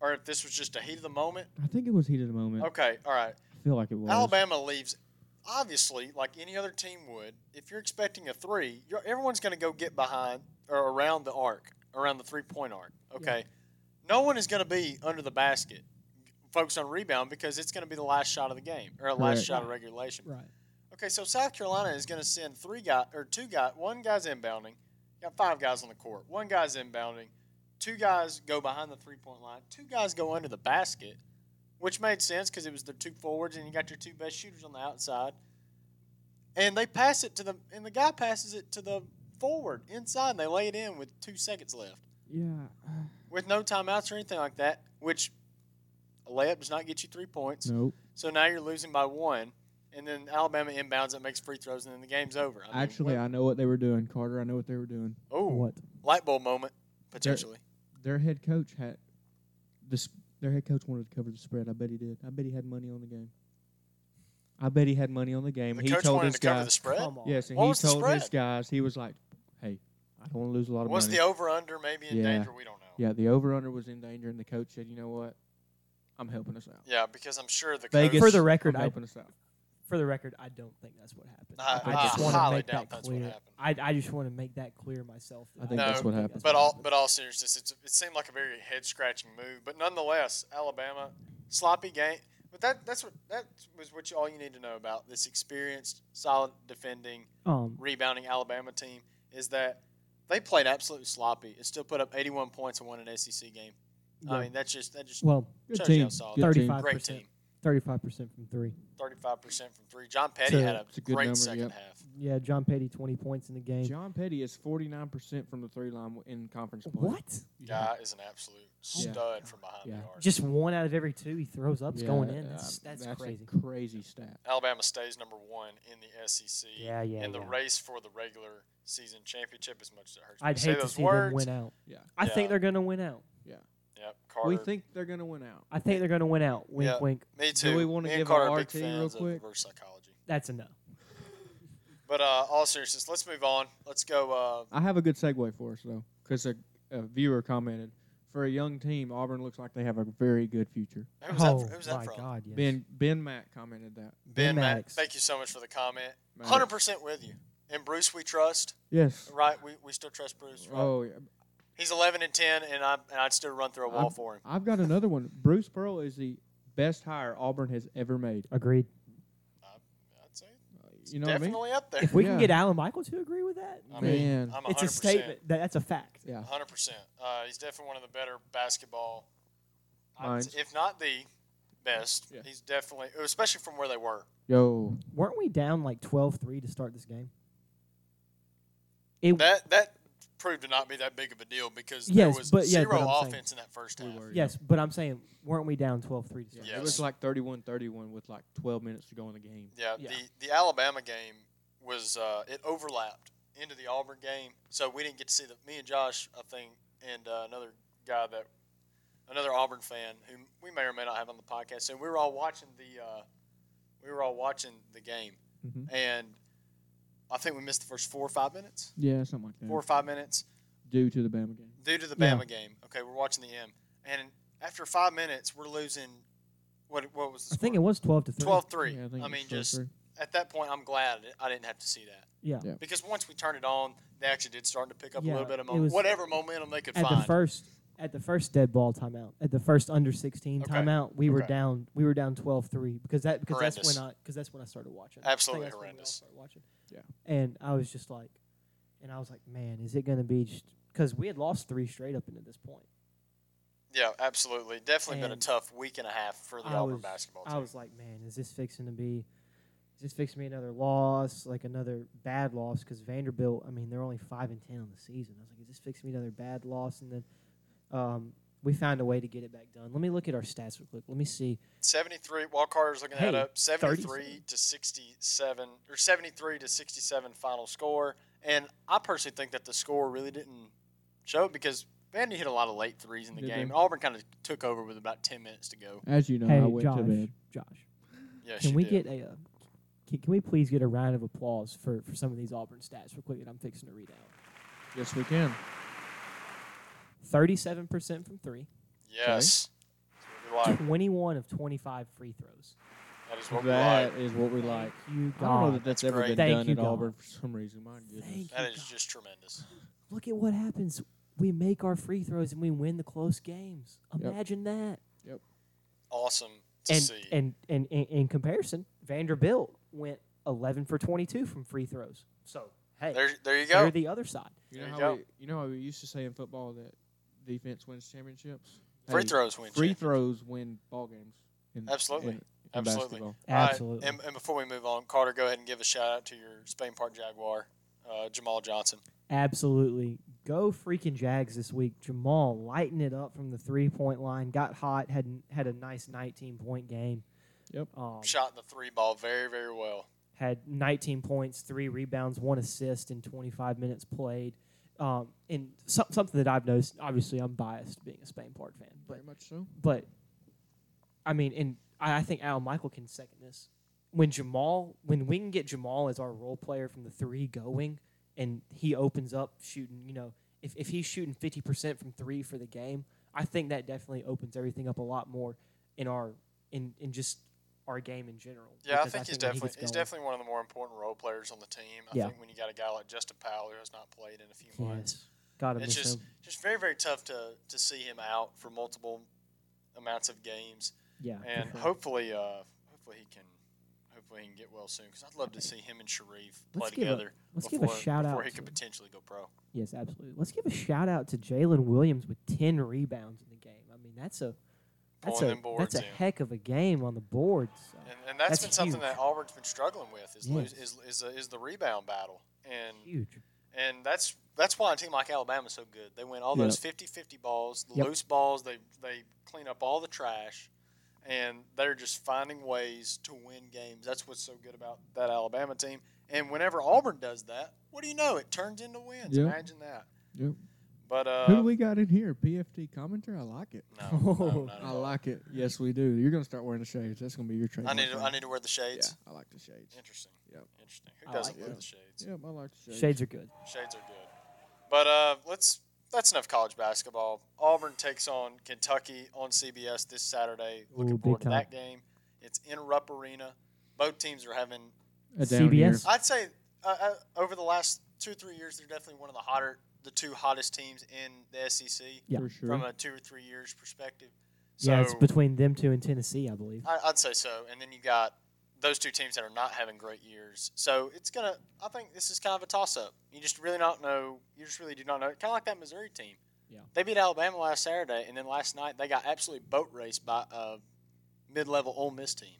A: or if this was just a heat of the moment.
C: I think it was heated a moment.
A: Okay, all right.
C: I feel like it was.
A: Alabama leaves, obviously, like any other team would. If you're expecting a three, you're, everyone's going to go get behind or around the arc, around the three point arc. Okay. No one is going to be under the basket focus on rebound because it's going to be the last shot of the game or the last
C: Correct.
A: shot of regulation.
D: Right.
A: Okay, so South Carolina is going to send three guy or two guy, one guy's inbounding, got five guys on the court. One guy's inbounding, two guys go behind the three point line, two guys go under the basket, which made sense because it was their two forwards and you got your two best shooters on the outside. And they pass it to the and the guy passes it to the forward inside and they lay it in with two seconds left
C: Yeah. uh,
A: with no timeouts or anything like that, which a layup does not get you three points.
C: Nope.
A: So now you're losing by one, and then Alabama inbounds it, makes free throws, and then the game's over. I mean,
C: Actually, I know what they were doing, Carter. I know what they were doing.
A: oh,
D: What?
A: light bulb moment potentially.
C: Their head coach had this. Their head coach wanted to cover the spread. I bet he did. I bet he had money on the game. I bet he had money on the game.
A: The
C: he
A: coach
C: told
A: wanted
C: his
A: to cover
C: guys.
A: the spread.
B: Come on.
C: Yes, and
A: What
C: he
A: was the
C: told his
A: spread?
C: guys. He was like, "Hey, I don't want to lose a lot of
A: Was
C: money."
A: the over under maybe in
C: Yeah.
A: danger? We don't know. Yeah.
C: yeah, the over under was in danger, and the coach said, "You know what? I'm helping us out.
A: because I'm sure the
C: Vegas-
A: coach.
D: For the
C: I'm
D: record, I,
C: helping us out."
D: for the record, I don't think that's what happened.
A: I-
D: I,
C: I
D: just want to
A: highly
D: make that
A: doubt that's what
D: clear. I, I just want to make that clear myself. that
C: I think
A: No, that's
C: what happened.
A: But all,
D: happened.
A: but all seriousness, it's, it seemed like a very head scratching move. But nonetheless, Alabama sloppy game. But that that's what that was what you, all you need to know about this experienced, solid defending,
B: Um,
A: rebounding Alabama team is that they played absolutely sloppy and still put up 81 points and won an SEC game. I
B: Yeah.
A: mean, that's just that just
B: well,
C: Good
A: Shows you
C: team.
A: how solid
C: Good
A: they are.
C: team.
B: 35.
A: great
B: 5%.
A: team.
B: 35% from three.
A: 35 percent from three. John Petty
C: It's a-
A: had a,
C: it's a good
A: great
C: number,
A: second
C: yep.
A: half.
B: Yeah, John Petty, 20 points in the game.
C: John Petty is 49% from the three line in conference play.
B: what?
A: Guy is an absolute
C: Yeah.
A: stud from behind
C: Yeah.
A: the arc.
B: Just one out of every two he throws up is
C: Yeah,
B: going in.
C: uh,
B: That's, that's,
C: a
B: crazy.
C: crazy stat.
A: Alabama stays number one in the SEC.
B: Yeah, yeah,
A: In the
B: yeah.
A: race for the regular season championship, as much as it hurts. me
B: I'd
A: say
B: hate to
A: those
B: see
A: words.
B: them win out.
C: Yeah.
B: I
A: Yeah.
B: think they're going to win out.
A: Yep, Carter.
C: We think they're going to win out.
B: I think they're going to win out. Wink,
A: Yeah.
B: wink.
A: me too.
C: we wanna
A: Me and
C: give
A: Carter are
C: our
A: big
C: team real
A: fans of
C: quick?
A: reverse psychology.
B: That's a no.
A: But uh, all seriousness, let's move on. Let's go. uh,
C: I have a good segue for us, though, because a, a viewer commented for a young team, Auburn looes like they have a very good future.
A: Uh, who's
B: oh,
A: that? Who's that
B: my
A: from?
B: God, yes.
C: Ben Ben Matt commented that.
A: Ben,
B: Ben
A: Mack,
B: Maddox.
A: thank you so much for the comment.
C: Maddox.
A: Hundred percent with you. And Bruce, we trust,
C: Yes.
A: right? We, we still trust Bruce. Right?
C: Oh, yeah.
A: He's eleven and ten, and I and I'd still run through a wall
C: I'm-
A: for him.
C: I've got another one. Bruce Pearl is the best hire Auburn has ever made.
B: Agreed.
A: I'd say it's
C: You know
A: definitely up there.
B: If we
C: Yeah.
B: can get Alan Michael to agree with that,
A: I
C: what I
A: mean,
C: mean? Man.
A: I'm
B: it's a
A: 100%,
B: statement. That, that's a fact.
C: yeah.
A: Hundred percent. Uh, he's definitely one of the better basketball, I'd
C: Minds.
A: say- if not the best.
C: Yeah.
A: He's definitely, especially from where they were.
C: Yo.
B: Weren't we down like 12 3 to start this game? It,
A: That that proved to not be that big of a deal because
B: Yes,
A: there was
B: but- yeah,
A: zero
B: but I'm saying-
A: offense in that first
C: We
A: half.
C: were.
B: yes, but I'm saying, weren't we down 12 3 to
C: Yeah,
B: start?
A: Yeah.
C: It
A: Yes.
C: was like 31-31 with like 12 minutes to go in the game.
A: Yeah,
B: Yeah.
A: the the Alabama game was uh, it overlapped into the Auburn game, so we didn't get to see the me and Josh, I think, and uh, another guy that another Auburn fan who we may or may not have on the podcast. So we were all watching the uh, we were all watching the game,
C: Mhm.
A: and I think we missed the first four or five minutes,
C: Yeah, something like that.
A: four or five minutes
C: Due to the Bama game.
A: due to the
B: Yeah.
A: Bama game. Okay, we're watching the M, and after five minutes, we're losing. What what was the
B: I think it
A: score?
B: was 12 to 3.
A: 12-3.
C: Yeah, think
A: I
C: it was
A: mean,
C: 12-3.
A: just at that point, I'm glad I didn't have to see that
B: Yeah.
C: Yeah.
A: because once we turned it on, they actually did start to pick up a
B: Yeah,
A: little bit of
B: it
A: momentum,
B: was-
A: whatever momentum they could
B: At the
A: find.
B: first at the first dead ball timeout, at the first under 16
A: Okay.
B: timeout, we were
A: Okay.
B: down we were down 12 3 because that because that's
A: Horrendous.
B: when I because that's when I started watching.
A: Absolutely
B: I think that's when we all
A: horrendous.
B: started watching.
C: Yeah.
B: And I was just like and I was like, man, is it going to be just cuz we had lost 3 straight up into this point.
A: yeah, absolutely. Definitely been a
B: And
A: tough week and a half for the
B: I
A: Auburn
B: was-
A: basketball team.
B: I was like, man, is this fixing to be? Is this fixing to be another loss, like another bad loss? Because Vanderbilt, I mean, they're only five and ten on the season. I was like, is this fixing to be another bad loss? And then um, we found a way to get it back done. Let me look at our stats real quick. Let me see.
A: 73, while Carter's looking that
B: Hey,
A: up, 73
B: 37.
A: to 67, or 73 to 67 final score. And I personally think that the score really didn't show it because Vandy hit a lot of late threes in the
C: Did they?
A: game. Auburn kind of took over with about 10 minutes to go.
C: As you know, I
B: hey,
C: went to
B: Josh,
C: bed.
B: Josh,
A: Yes,
B: can we get a? uh, Can, can we please get a round of applause for, for some of these Auburn stats real quick that I'm fixing to read out?
C: Yes, we can.
B: Thirty-seven percent from three,
A: Yes. That's what we like.
B: twenty-one of twenty-five free throws.
A: That is what we like.
C: That is what we like.
B: Thank you
C: I don't know
B: God.
C: that that's,
A: That's
C: ever
A: great.
C: been
B: Thank
C: done
B: you,
C: at
B: God.
C: Auburn for some reason. My goodness.
B: Thank
A: That
B: you,
A: is
B: God.
A: just tremendous.
B: look at what happens. We make our free throws and we win the close games.
C: Yep.
B: Imagine that.
A: awesome to
B: and,
A: see.
B: and and in, in comparison, Vanderbilt went 11 for 22 from free throws. So hey,
A: there, there you
B: they're
A: go.
B: the other side.
C: You
A: There
C: know
A: you
C: how
A: go.
C: we, you know how we used to say in football that defense wins championships.
A: Free
C: Hey,
A: throws win.
C: Free
A: champ.
C: throws win ball games. In,
A: Absolutely.
C: in- in
A: Absolutely.
C: basketball.
A: All right,
B: Absolutely.
A: and, and before we move on, Carter, go ahead and give a shout out to your Spain Park Jaguar, uh, Jamal Johnson.
B: Absolutely. Go freaking Jags this week. Jamal lighting it up from the three point line. Got hot. Had had a nice 19 point game.
C: Yep.
B: Um,
A: Shot the three ball very, very well.
B: had 19 points, three rebounds, one assist in 25 minutes played. Um, and some, something that I've noticed. Obviously, I'm biased being a Spain Park fan, but
C: Very much so.
B: but I mean, and I, I think Al Michael can second this. When Jamal, when we can get Jamal as our role player from the three going, and he opens up shooting, you know, if, if he's shooting fifty percent from three for the game, I think that definitely opens everything up a lot more in our in in just our game in general.
A: Yeah, I
B: because
A: think he's
B: when he
A: definitely
B: gets
A: he's
B: going-
A: definitely one of the more important role players on the team. I
B: Yeah.
A: think when you got a guy like Justin Powell who has not played in a few months,
B: Yes, gotta
A: it's
B: miss
A: just
B: him.
A: just very very tough to to see him out for multiple amounts of games.
B: Yeah, for
A: and
B: sure.
A: hopefully, uh, hopefully he can, hopefully he can get well soon because I'd love to see him and Sharif play
B: Let's give a-
A: together
B: let's give
A: before,
B: a shout
A: before
B: out
A: he
B: to-
A: could potentially go pro.
B: Yes, absolutely. Let's give a shout out to Jalen Williams with ten rebounds in the game. I mean, that's a that's
A: Pulling
B: a
A: them boards
B: that's a
A: in.
B: heck of a game on the board. So.
A: And, and that's
B: That's
A: been something
B: huge.
A: that Auburn's been struggling with is lose,
B: Yes.
A: is is, uh, is the rebound battle, and
B: Huge.
A: and that's that's why a team like Alabama's so good. They win all those 50-50 balls, the
B: Yep.
A: loose balls. They they clean up all the trash, and they're just finding ways to win games. That's what's so good about that Alabama team. And whenever Auburn does that, what do you know? It turns into wins.
C: Yeah.
A: Imagine that.
C: Yep.
A: But uh,
C: Who do we got in here? PFT commenter. I like it.
A: No, no,
B: Oh.
A: not at
C: I
A: all.
C: like it. Yes, we do. You're gonna start wearing the shades. That's gonna be your trade.
A: I need to, I need to wear the
C: Yeah,
A: shades.
C: I like the shades.
A: Interesting.
C: Yep.
A: Interesting. Who
B: I
A: doesn't
B: like
A: love
C: it.
A: the shades?
C: Yep, I like the shades.
B: Shades are good.
A: Shades are good. But uh, let's. That's enough college basketball. Auburn takes on Kentucky on CBS this Saturday. Looking
B: Ooh, big
A: forward to
B: time.
A: that game. It's in Rupp Arena. Both teams are having.
C: A down year.
B: CBS.
A: I'd say uh, uh, over the last two or three years, they're definitely one of the hotter, the two hottest teams in the SEC
B: Yeah.
C: for sure.
A: from a two or three years perspective. So Uh,
B: yeah, it's between them two and Tennessee, I believe.
A: I, I'd say so. And then you got those two teams that are not having great years. So it's gonna. I think this is kind of a toss-up. You just really not know. You just really do not know. Kind of like that Missouri team.
B: Yeah.
A: They beat Alabama last Saturday, and then last night they got absolutely boat raced by a mid-level Ole Miss team.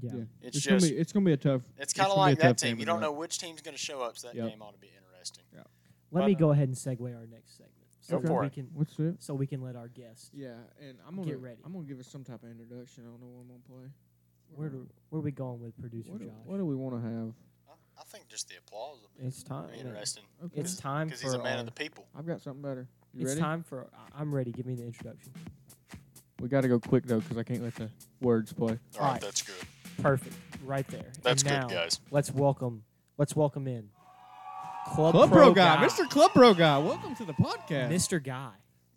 B: Yeah.
C: Yeah.
A: It's,
C: gonna
A: just.
C: be it's gonna be a tough.
A: it's kind of
C: gonna be a
A: like that
C: tough
A: team.
C: game
A: You
C: to
A: don't know
C: watch.
A: which team's gonna show up. So that
C: Yep.
A: game ought to be interesting.
B: Let
A: but,
B: me
A: uh,
B: go ahead and segue our next segment. So
A: Go
B: that
A: for
B: we
A: it.
B: Can,
C: What's it?
B: so we can let our guests.
C: Yeah, and I'm gonna
B: Get ready.
C: I'm gonna give us some type of introduction. I don't know what I'm gonna play.
B: Where do, where are we going with producer
C: What do,
B: Josh?
C: what do we want to have?
A: I, I think just the applause will be
B: it's time. man.
A: interesting
C: Okay.
B: It's time for
A: because he's a man
B: our-
A: of the people.
C: I've got something better. You
B: It's
C: ready?
B: time for. I- I'm ready. Give me the introduction.
C: We got to go quick though, because I can't let the words play.
A: All right,
B: right.
A: that's good.
B: Perfect. Right there.
A: That's
B: and
A: good,
B: now,
A: guys.
B: Let's welcome. Let's welcome in Club,
C: Club Pro, guy,
B: guy.
C: Mr. Club Pro guy, welcome to the podcast.
B: Mr. Guy.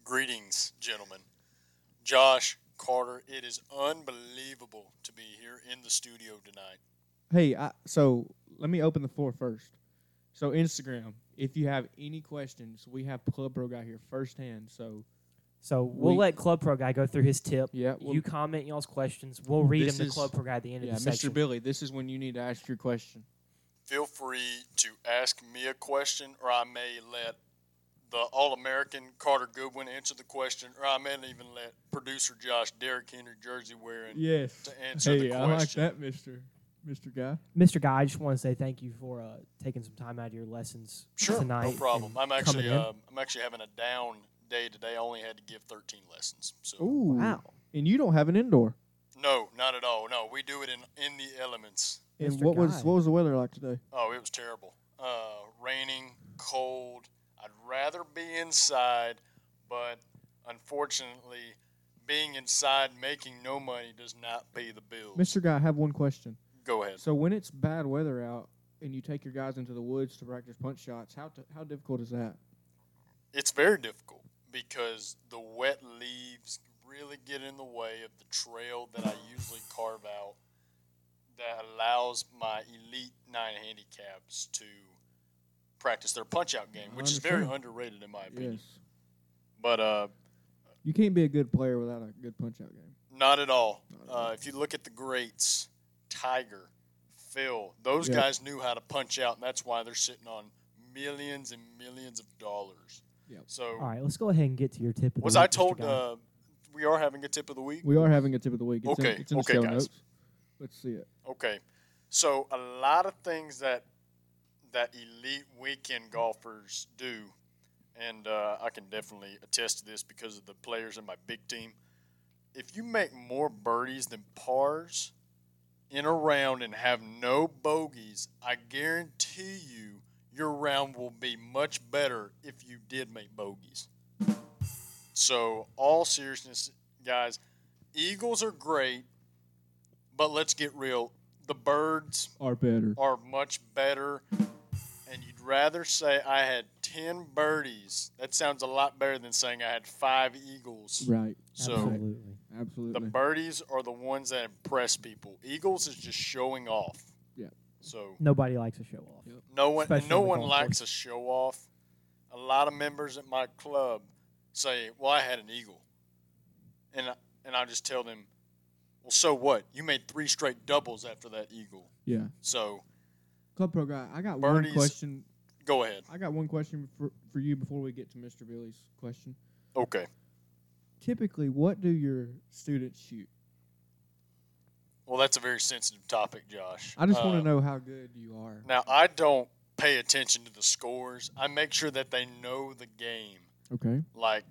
A: Greetings, gentlemen. Josh Carter, it is unbelievable to be here in the studio tonight.
C: hey, I, so let me open the floor first. So Instagram, if you have any questions, we have Club Pro guy here firsthand. So
B: So we'll
C: We-
B: let Club Pro guy go through his tip.
C: yeah, well,
B: you comment y'all's questions. We'll read
C: This
B: them to
C: is-
B: Club Pro guy at the end
C: yeah,
B: of the
C: Mr.
B: section.
C: Billy, this is when you need to ask your question.
A: Feel free to ask me a question, or I may let the All American Carter Goodwin answer the question, or I may even let producer Josh Derrick Henry jersey wearing
C: Yes.
A: to answer
C: Hey,
A: the
C: I like
A: question.
C: that, Mister Mister Guy.
B: Mr. Guy, I just want to say thank you for uh, taking some time out of your lessons
A: Sure, no
B: tonight.
A: problem.
B: and
A: I'm actually
B: coming in.
A: uh, I'm actually having a down day today. I only had to give 13 lessons. So
C: Ooh,
A: uh,
B: wow.
C: And you don't have an indoor.
A: no, not at all. No, we do it in in the elements.
C: And
B: Mr.
C: what was
B: Guy.
C: what was the weather like today?
A: Oh, it was terrible. Uh, raining, cold. I'd rather be inside, but unfortunately, being inside making no money does not pay the bills.
C: Mr. Guy, I have one question.
A: Go ahead.
C: So when it's bad weather out and you take your guys into the woods to practice punch shots, how t- how difficult is that?
A: It's very difficult because the wet leaves really get in the way of the trail that I usually carve out that allows my elite nine handicaps to practice their punch out game,
C: I
A: which is very
C: understand.
A: underrated in my opinion.
C: Yes.
A: But uh,
C: You can't be a good player without a good punch out game.
A: Not at all.
C: Not at all.
A: Uh, if you look at the greats, Tiger, Phil, those
C: Yeah.
A: guys knew how to punch out, and that's why they're sitting on millions and millions of dollars.
C: Yep.
A: So,
B: All right, let's go ahead and get to your tip. Of the
A: was
B: week,
A: I
B: Mr.
A: told
B: Guy.
A: uh, we are having a tip of the week?
C: We are having a tip of the week. It's
A: Okay,
C: in, it's in
A: okay,
C: the show
A: guys.
C: notes. Let's see it.
A: Okay, so a lot of things that that elite weekend golfers do, and uh, I can definitely attest to this because of the players in my big team. If you make more birdies than pars in a round and have no bogeys, I guarantee you your round will be much better if you did make bogeys. So, all seriousness, guys, eagles are great. But let's get real. The birds
C: Are better.
A: are much better. And you'd rather say I had 10 birdies. That sounds a lot better than saying I had five eagles.
C: Right.
A: So
B: Absolutely.
A: the
C: Absolutely.
A: birdies are the ones that impress people. Eagles is just showing off.
C: Yeah.
A: So
B: Nobody likes a show off.
C: Yep.
A: no one
B: Especially
A: no
B: on the
A: one
B: golf
A: likes a show off. A lot of members at my club say, "Well, I had an eagle," and I, and I just tell them, "Well, so what? You made three straight doubles after that eagle."
C: yeah.
A: So
C: Club Pro guy, I got
A: Birdies.
C: one question.
A: Go ahead.
C: I got one question for, for you before we get to Mr. Billy's question.
A: Okay.
C: Typically, what do your students shoot?
A: Well, that's a very sensitive topic, Josh.
C: I just want
A: Uh,
C: to know how good you are.
A: Now, I don't pay attention to the scores. I make sure that they know the game.
C: Okay.
A: Like,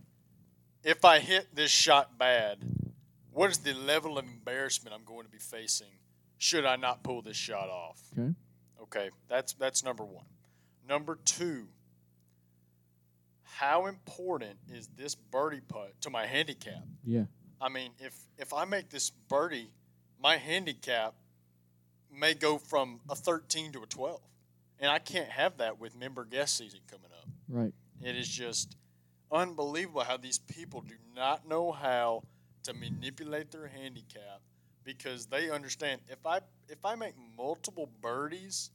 A: if I hit this shot bad, what is the level of embarrassment I'm going to be facing should I not pull this shot off?
C: Okay.
A: Okay, that's that's number one. Number two, how important is this birdie putt to my handicap?
C: Yeah.
A: I mean, if if I make this birdie, my handicap may go from a 13 to a 12, and I can't have that with member guest season coming up.
C: Right.
A: It is just unbelievable how these people do not know how to manipulate their handicap because they understand if I if I make multiple birdies,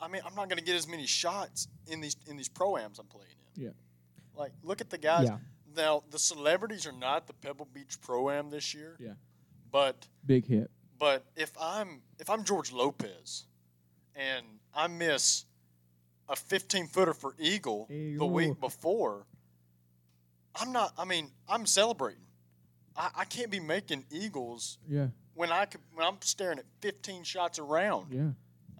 A: I mean I'm not going to get as many shots in these in these proams I'm playing in.
C: Yeah.
A: Like look at the guys.
B: Yeah.
A: Now the celebrities are not at the Pebble Beach Pro-Am this year.
C: Yeah.
A: But
C: Big hit.
A: but if I'm if I'm George Lopez and I miss a 15 footer for eagle, the
C: Eagle.
A: week before, I'm not. I mean, I'm celebrating. I, I can't be making eagles
C: Yeah.
A: when I could, when I'm staring at 15 shots around.
C: Yeah.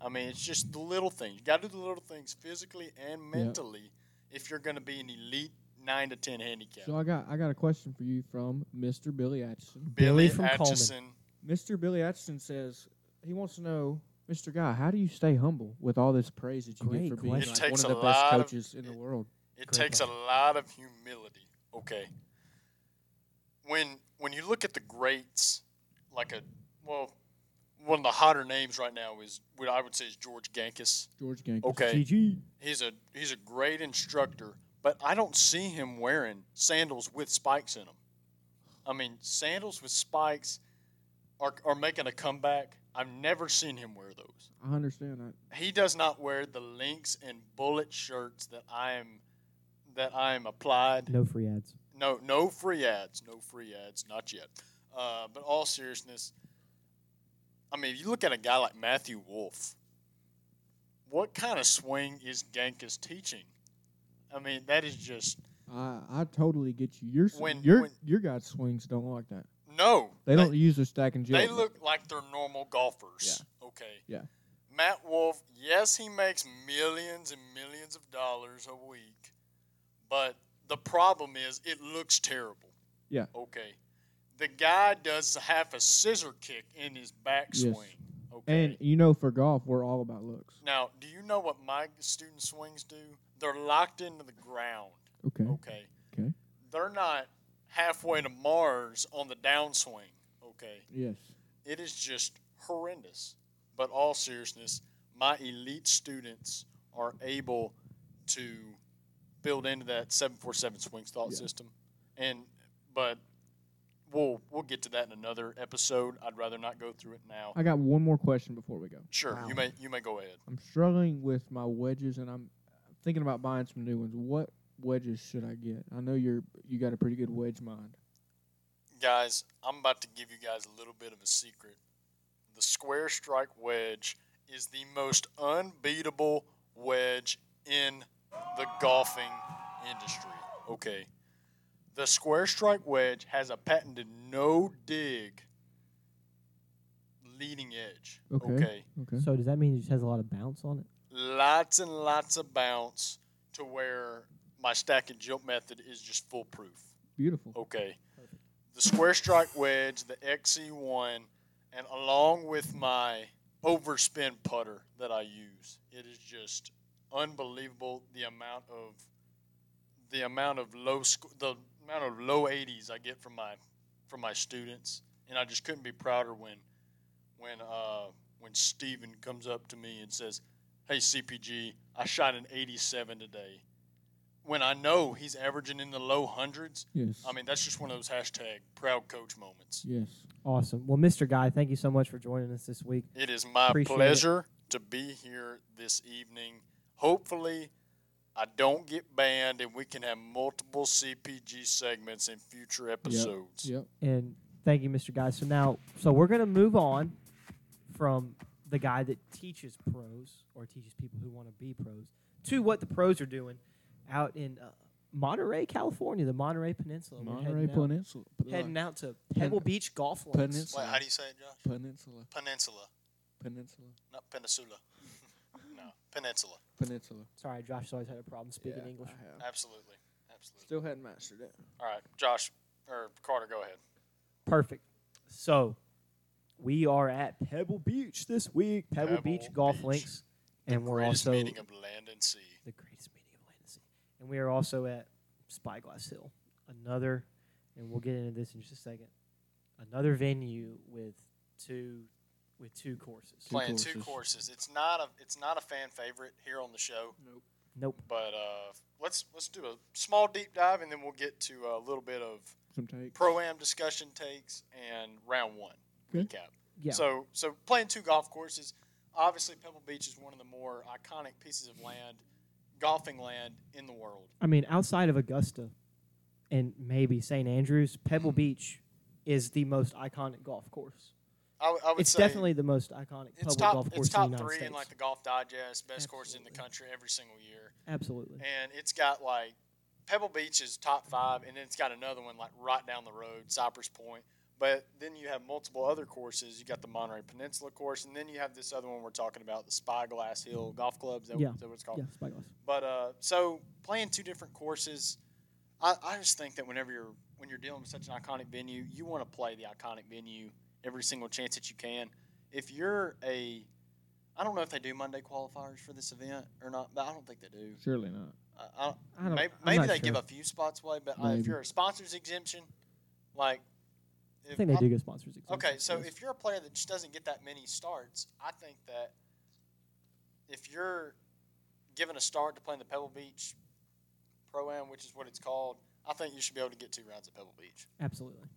A: I mean, it's just the little things. You got to do the little things physically and mentally if you're going to be an elite nine to ten handicap.
C: So I got I got a question for you from Mr. Billy Atchison.
A: Billy,
B: Billy from Coleman.
A: Atchison.
C: Mr. Billy Atchison says he wants to know, Mr. Guy, how do you stay humble with all this praise that you
B: Great
C: get for being
B: question.
A: It
C: like,
A: takes
C: one of
A: a
C: the best
A: lot of-
C: coaches in the world?
A: It
B: Great
A: takes a lot of humility. Okay. When when you look at the greats, like a well, one of the hotter names right now is what I would say is George Gankis.
C: George Gankis.
A: Okay.
C: GG.
A: He's a he's a great instructor, but I don't see him wearing sandals with spikes in them. I mean, sandals with spikes are are making a comeback. I've never seen him wear those.
C: I understand that.
A: He does not wear the links and bullet shirts that I am that I am applied
B: No free ads.
A: no no free ads no free ads not yet uh, but all seriousness i mean if you look at a guy like matthew wolf what kind of swing is Gankis teaching i mean that is just
C: I I totally get you. Your s-
A: When-
C: your
A: when-
C: your guys swings don't like that.
A: no
C: They don't use their stack and jilt.
A: they look like they're normal golfers okay
C: Yeah.
A: matt wolf yes he makes millions and millions of dollars a week but the problem is it looks terrible
C: Yeah.
A: okay the guy does half a scissor kick in his backswing. Okay.
C: And you know, for golf, we're all about looks.
A: now, do you know what my student swings do? They're locked into the ground.
C: Okay.
A: Okay.
C: Okay.
A: They're not halfway to Mars on the downswing. Okay.
C: Yes.
A: It is just horrendous. But all seriousness, my elite students are able to build into that 747 swings thought
C: Yeah.
A: system. And but we'll we'll get to that in another episode. I'd rather not go through it now.
C: I got one more question before we go.
A: Sure,
C: Wow.
A: you may you may go ahead.
C: I'm struggling with my wedges, and I'm thinking about buying some new ones. What wedges should I get? I know you're you got a pretty good wedge mind.
A: guys, I'm about to give you guys a little bit of a secret. The square strike wedge is the most unbeatable wedge in the golfing industry. Okay. The square strike wedge has a patented no dig leading edge.
C: Okay.
A: okay?
C: Okay.
B: So does that mean it just has a lot of bounce on it?
A: lots and lots of bounce to where my stack and jump method is just foolproof.
C: Beautiful.
A: Okay. The square strike wedge, the XC1, and along with my overspin putter that I use, it is just unbelievable the amount of the amount of low sc- the amount of low 80s I get from my from my students, and I just couldn't be prouder when when uh, when Steven comes up to me and says, "Hey CPG, I shot an 87 today." When I know he's averaging in the low hundreds,
C: Yes.
A: I mean, that's just one of those hashtag proud coach moments.
C: yes.
B: Awesome. Well, Mr. Guy, thank you so much for joining us this week.
A: It is my
B: Appreciate it.
A: pleasure to be here this evening. Hopefully, I don't get banned and we can have multiple CPG segments in future episodes.
C: Yep.
B: And thank you, Mr. Guy. So now, so we're going to move on from the guy that teaches pros or teaches people who want to be pros to what the pros are doing out in uh, Monterey, California, the Monterey Peninsula. We're
C: Monterey
B: heading out-
C: Peninsula.
B: heading out to Pebble Beach Golf Links.
C: Peninsula.
A: Wait, how do you say it, Josh?
C: Peninsula.
A: Peninsula,
C: Peninsula.
A: not peninsula. no, peninsula.
C: Peninsula.
B: Sorry, Josh always had a problem speaking
C: Yeah,
B: English.
C: I have.
A: Absolutely. Absolutely.
C: Still hadn't mastered it.
A: All right, Josh or Carter, go ahead.
B: Perfect. So we are at Pebble Beach this week, Pebble,
A: Pebble
B: Beach Golf
A: Beach.
B: Links, and we're
A: Greatest
B: also
A: meeting of land and sea.
B: the greatest meeting of land and sea. And we are also at Spyglass Hill, another, and we'll get into this in just a second. Another venue with two with two courses.
C: Two
A: Playing two
C: courses.
A: courses. It's not a it's not a fan favorite here on the show.
B: Nope.
A: But uh, let's let's do a small deep dive, and then we'll get to a little bit of
C: Some takes.
A: pro am discussion takes and round one
C: Okay.
A: recap.
B: Hmm? Yeah.
A: So so playing two golf courses. Obviously, Pebble Beach is one of the more iconic pieces of land, golfing land in the world.
B: I mean, outside of Augusta and maybe St. Andrews, Pebble Beach is the most iconic golf course.
A: I, would- I would
B: It's
A: say
B: definitely the most iconic
A: it's
B: public
A: top
B: golf course
A: it's top
B: in the United
A: three
B: States.
A: in like the Golf Digest, best course in the
B: Absolutely.
A: country every single year.
B: Absolutely.
A: and it's got like Pebble Beach is top five, and then it's got another one like right down the road, Cypress Point. But then you have multiple other courses. You got the Monterey Peninsula course, and then you have this other one we're talking about, the Spyglass Hill Golf Club. Is that,
B: Yeah.
A: is that what it's called?
B: Yeah, spyglass.
A: But uh, so playing two different courses, I, I just think that whenever you're when you're dealing with such an iconic venue, you want to play the iconic venue every single chance that you can. If you're a, I don't know if they do Monday qualifiers for this event or not, but I don't think they do.
C: Surely not.
A: I, I don't,
B: I don't-
A: maybe
B: I'm
A: maybe
B: not
A: they
B: sure.
A: give a few spots away, but uh, if
C: Maybe.
A: you're a sponsors exemption, like if
B: I think they
A: I'm-
B: do get sponsors.
A: Okay, so
B: yes.
A: if you're a player that just doesn't get that many starts, I think that if you're given a start to play in the Pebble Beach Pro Am, which is what it's called, I think you should be able to get two rounds at Pebble Beach.
B: Absolutely,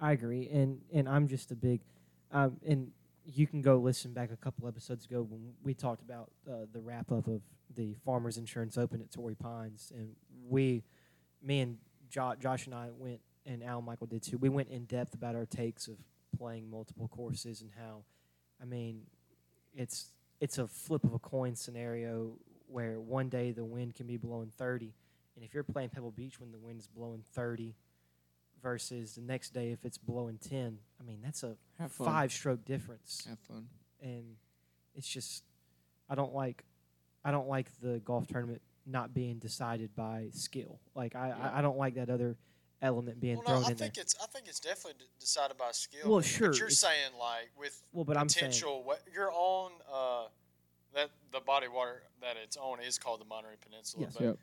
B: I agree, and and I'm just a big, um, and you can go listen back a couple episodes ago when we talked about uh, the wrap up of the Farmers Insurance Open at Torrey Pines, and we, me and jo- Josh and I went, and Al and Michael did too. We went in depth about our takes of playing multiple courses and how, I mean, it's it's a flip of a coin scenario where one day the wind can be blowing 30 and if you're playing pebble beach when the wind is blowing 30 versus the next day if it's blowing 10 i mean that's a
C: Have fun.
B: five stroke difference
C: Have fun.
B: and it's just i don't like i don't like the golf tournament not being decided by skill like i I i don't like that other element being
A: Well,
B: thrown
A: no, I
B: in there
A: think it's I think it's definitely d- decided by skill.
B: Well,
A: but
B: sure,
A: you're
B: it's-
A: saying like with
B: well but i'm saying
A: potential what your own uh, that the body of water that it's on is called the Monterey Peninsula,
B: Yes.
A: but
C: Yep.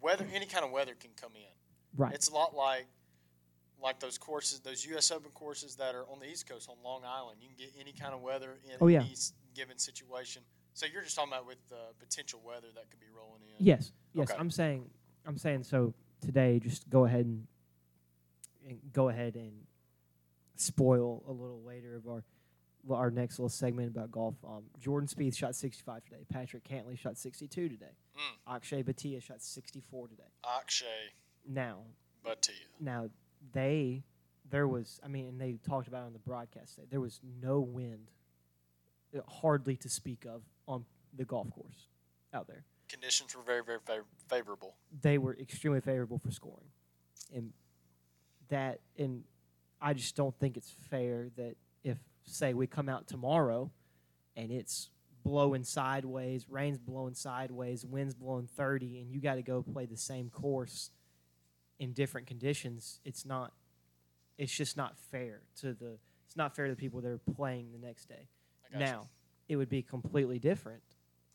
A: weather any kind of weather can come in.
B: right
A: It's a lot like like those courses, those U.S. Open courses that are on the East Coast on Long Island. You can get any kind of weather in
B: Oh, yeah.
A: any s- given situation. So you're just talking about with the potential weather that could be rolling in.
B: Yes, yes.
A: Okay.
B: I'm saying, I'm saying. So today, just go ahead and, and go ahead and spoil a little later of our our next little segment about golf. Um, Jordan Spieth shot 65 today. Patrick Cantley shot 62 today. Akshay Batia shot 64 today.
A: Akshay
B: Now,
A: Batia.
B: now they there was, I mean, and they talked about it on the broadcast today, there was no wind, uh, hardly to speak of, on the golf course out there.
A: Conditions were very, very fav- favorable.
B: They were extremely favorable for scoring. And that, and I just don't think it's fair that if, say, we come out tomorrow and it's blowing sideways, rain's blowing sideways, wind's blowing 30, and you got to go play the same course in different conditions, it's not it's just not fair to the it's not fair to the people that are playing the next day.
A: I gotcha.
B: Now, it would be completely different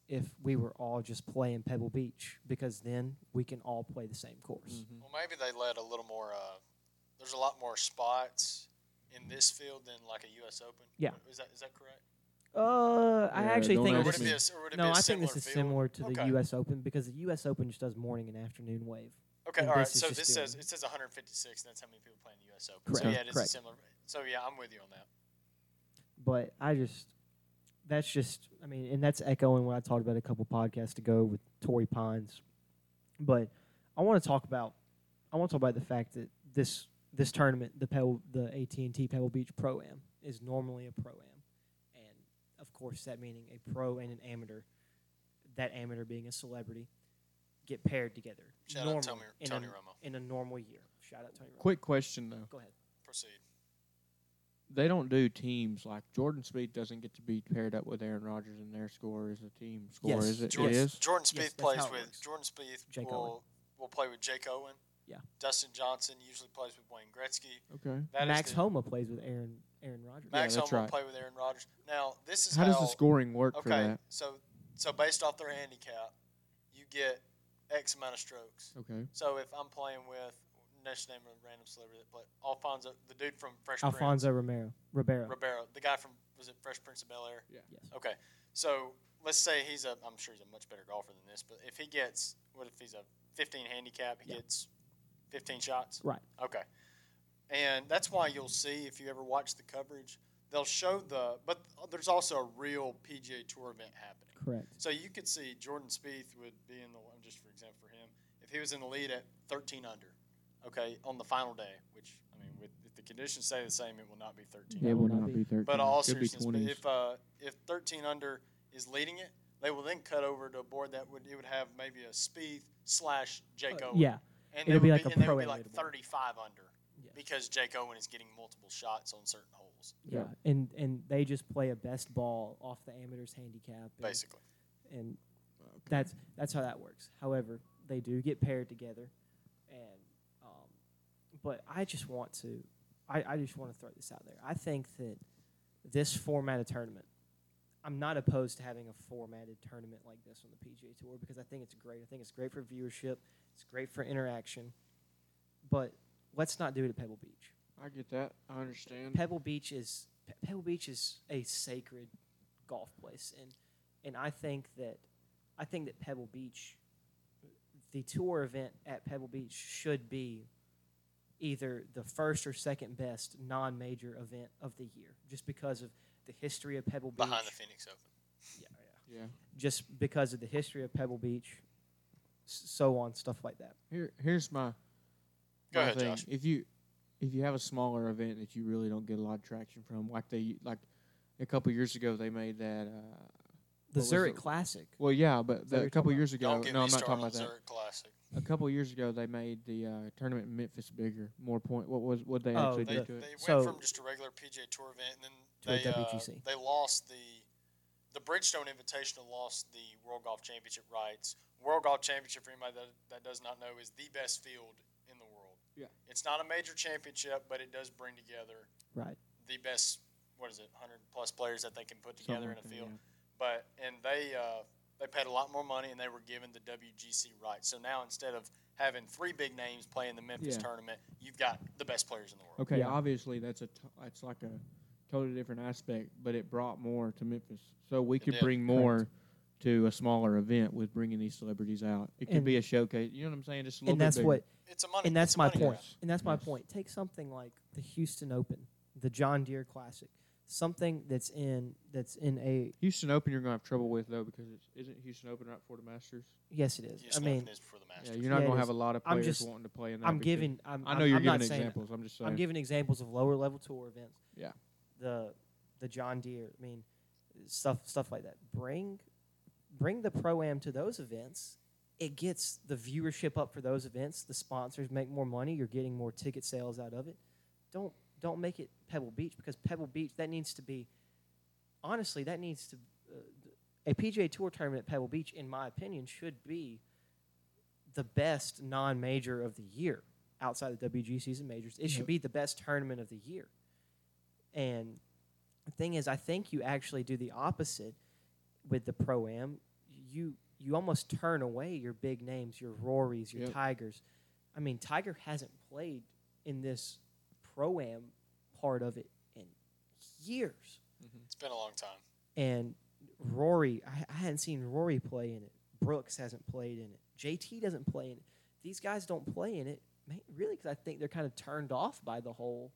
B: if we were all just playing Pebble Beach because then we can all play the same
C: Mm-hmm.
B: course.
A: Well, maybe they let a little more. Uh, there's a lot more spots in this field than like a U.S. Open.
B: Yeah.
A: Is that is that correct? Mm.
B: Uh, I
C: Yeah,
B: actually
C: don't
B: think
C: ask
A: Or
B: this
A: would it
C: me.
A: be a,
B: is,
A: s- or would it be
B: no.
A: a
B: I think
A: similar
B: this is
A: field?
B: similar to the
A: Okay.
B: U.S. Open because the U.S. Open just does morning and afternoon wave.
A: Okay,
B: and
A: all right.
B: this is
A: So
B: just
A: this says
B: doing-
A: it says 156, and that's how many people play in the U.S. Open. So
B: Correct,
A: yeah, it is
B: correct.
A: a similar. So yeah, I'm with you on that.
B: but I just that's just I mean, and that's echoing what I talked about a couple podcasts ago with Tory Pines. But I want to talk about I want to talk about the fact that this this tournament, the Pebble, the AT and T Pebble Beach Pro Am, is normally a pro am, and of course that meaning a pro and an amateur, that amateur being a celebrity, get paired together.
A: Shout out
B: normally
A: Tony-
B: in
A: Tony
B: a,
A: Romo.
B: in a normal year. Shout out Tony Romo.
C: Quick question though.
B: Go ahead.
A: Proceed.
C: They don't do teams like Jordan Speed doesn't get to be paired up with Aaron Rodgers in their score is a team score.
B: Yes,
C: Is it?
A: Jordan,
C: It is.
A: Jordan
B: Yes,
A: Spieth
B: that's
A: plays
B: how it
A: with
B: works.
A: Jordan Spieth
B: Jake
A: will will play with Jake Owen.
B: Yeah.
A: Dustin Johnson usually plays with Wayne Gretzky.
C: Okay.
A: That is
B: Max
A: the-
B: Homa plays with Aaron Aaron Rodgers.
A: Max
C: that's
A: Homa will
C: right.
A: play with Aaron Rodgers. Now this is
C: How does the scoring work for
A: Okay,
C: that?
A: so so based off their handicap, you get X amount of strokes.
C: Okay.
A: So if I'm playing with next name of a random celebrity that played Alfonso, the dude from Fresh
B: Alfonso Romero Ribeiro.
A: Prince, Ribeiro, the guy from was it Fresh Prince of Bel Air?
C: Yeah.
B: Yes.
A: Okay, so let's say he's a I'm sure he's a much better golfer than this, but if he gets what if he's a 15 handicap, he
B: Yeah.
A: gets 15 shots.
B: Right.
A: Okay. And that's why you'll see if you ever watch the coverage, they'll show the but there's also a real PGA Tour event happening.
B: Correct.
A: So you could see Jordan Spieth would be in the just for example for him if he was in the lead at 13 under, okay, on the final day, which I mean, with, if the conditions stay the same, it will not be 13.
C: It will not be thirteen.
A: But all
C: Could be
A: seriousness, but
C: 20s.
A: if uh, if 13 under is leading it, they will then cut over to a board that would it would have maybe a Spieth slash Jake
B: Uh,
A: Owen.
B: yeah.
A: and
B: It'll
A: they
B: be
A: would
B: like a
A: and they
B: pro
A: would be like
B: am leaderboard.
A: 35 under
B: Yes.
A: because Jake Owen is getting multiple shots on certain holes,
B: Yeah. And and they just play a best ball off the amateur's handicap. And,
A: basically.
B: And that's that's how that works. However, they do get paired together, and um, but I just want to, I, I just want to throw this out there. I think that this format of tournament. I'm not opposed to having a formatted tournament like this on the PGA Tour because I think it's great. I think it's great for viewership. It's great for interaction. But let's not do it at Pebble Beach.
C: I get that. I understand.
B: Pebble Beach is Pe- Pebble Beach is a sacred golf place, and and I think that I think that Pebble Beach, the tour event at Pebble Beach should be either the first or second best non-major event of the year, just because of the history of Pebble Beach.
A: Behind the Phoenix Open.
B: yeah, yeah
C: Yeah.
B: just because of the history of Pebble Beach, s- so on, stuff like that.
C: Here, here's my.
A: Go
C: my
A: ahead,
C: thing.
A: Josh.
C: If you, if you have a smaller event that you really don't get a lot of traction from, like they like, a couple years ago they made that. Uh,
B: The
C: What was
B: Zurich
C: it?
B: Classic.
C: well, yeah, but
B: what
C: the,
B: you're
C: a couple
B: talking
C: years ago,
A: Don't get
C: no,
A: me
C: I'm not
A: started
C: talking
A: on
C: about that.
A: Zurich Classic.
C: A couple years ago, they made the uh, tournament in Memphis bigger, more point. What was what they
B: Oh,
C: actually
B: the-
A: They,
C: did
A: they
C: to it?
A: went
B: So-
A: from just a regular PGA Tour event, and then
B: To a
A: they uh,
B: WGC.
A: they lost the the Bridgestone Invitational lost the World Golf Championship rights. World Golf Championship, for anybody that, that does not know, is the best field in the world.
C: Yeah.
A: it's not a major championship, but it does bring together
B: Right.
A: the best. What is it, hundred plus players that they can put
C: Something
A: together
C: like
A: in a
C: that,
A: field? But and they uh, they paid a lot more money, and they were given the WGC rights. So now instead of having three big names playing the Memphis
C: Yeah.
A: tournament, you've got the best players in the world.
C: Okay,
B: Yeah.
C: obviously that's a t- that's like a totally different aspect, but it brought more to Memphis, so we could
A: did.
C: bring more to a smaller event with bringing these celebrities out. It could
B: And-
C: be a showcase. You know what I'm saying? Just a little
B: And
C: bit
B: that's
C: bigger.
B: what
A: It's a money.
B: and that's
A: it's a
B: my
A: money
B: point.
A: grab.
B: And that's my
C: Yes.
B: point. Take something like the Houston Open, the John Deere Classic, something that's in that's in a
C: Houston Open you're gonna have trouble with though because it's isn't Houston Open right before the Masters?
B: yes, it is.
A: Houston
B: I mean,
A: Open is before the
C: Yeah,
B: Masters.
C: you're not
D: Yeah, it
C: gonna
D: is.
C: have a lot of
D: I'm
C: players
D: just-
C: wanting to play in that.
B: I'm
C: because-
B: giving. I'm,
C: I
B: I'm-
C: know you're
B: I'm not
C: giving
B: saying that.
C: examples. I'm just saying.
B: I'm giving examples of lower level tour events.
C: Yeah.
B: The the John Deere, I mean, stuff stuff like that. Bring bring the pro am to those events. It gets the viewership up for those events. The sponsors make more money. You're getting more ticket sales out of it. Don't don't make it Pebble Beach because Pebble Beach that needs to be honestly that needs to uh, a PGA Tour tournament at Pebble Beach, in my opinion, should be the best non-major of the year outside the WGCs and majors. It should
C: Yep.
B: be the best tournament of the year. And the thing is, I think you actually do the opposite with the pro am. You you almost turn away your big names, your Rorys, your
C: Yep.
B: Tigers. I mean, Tiger hasn't played in this pro am part of it in years
A: It's been a long time.
B: and Rory, I, I hadn't seen Rory play in it. Brooks hasn't played in it. JT doesn't play in it. These guys don't play in it, ma- really, because I think they're kind of turned off by the whole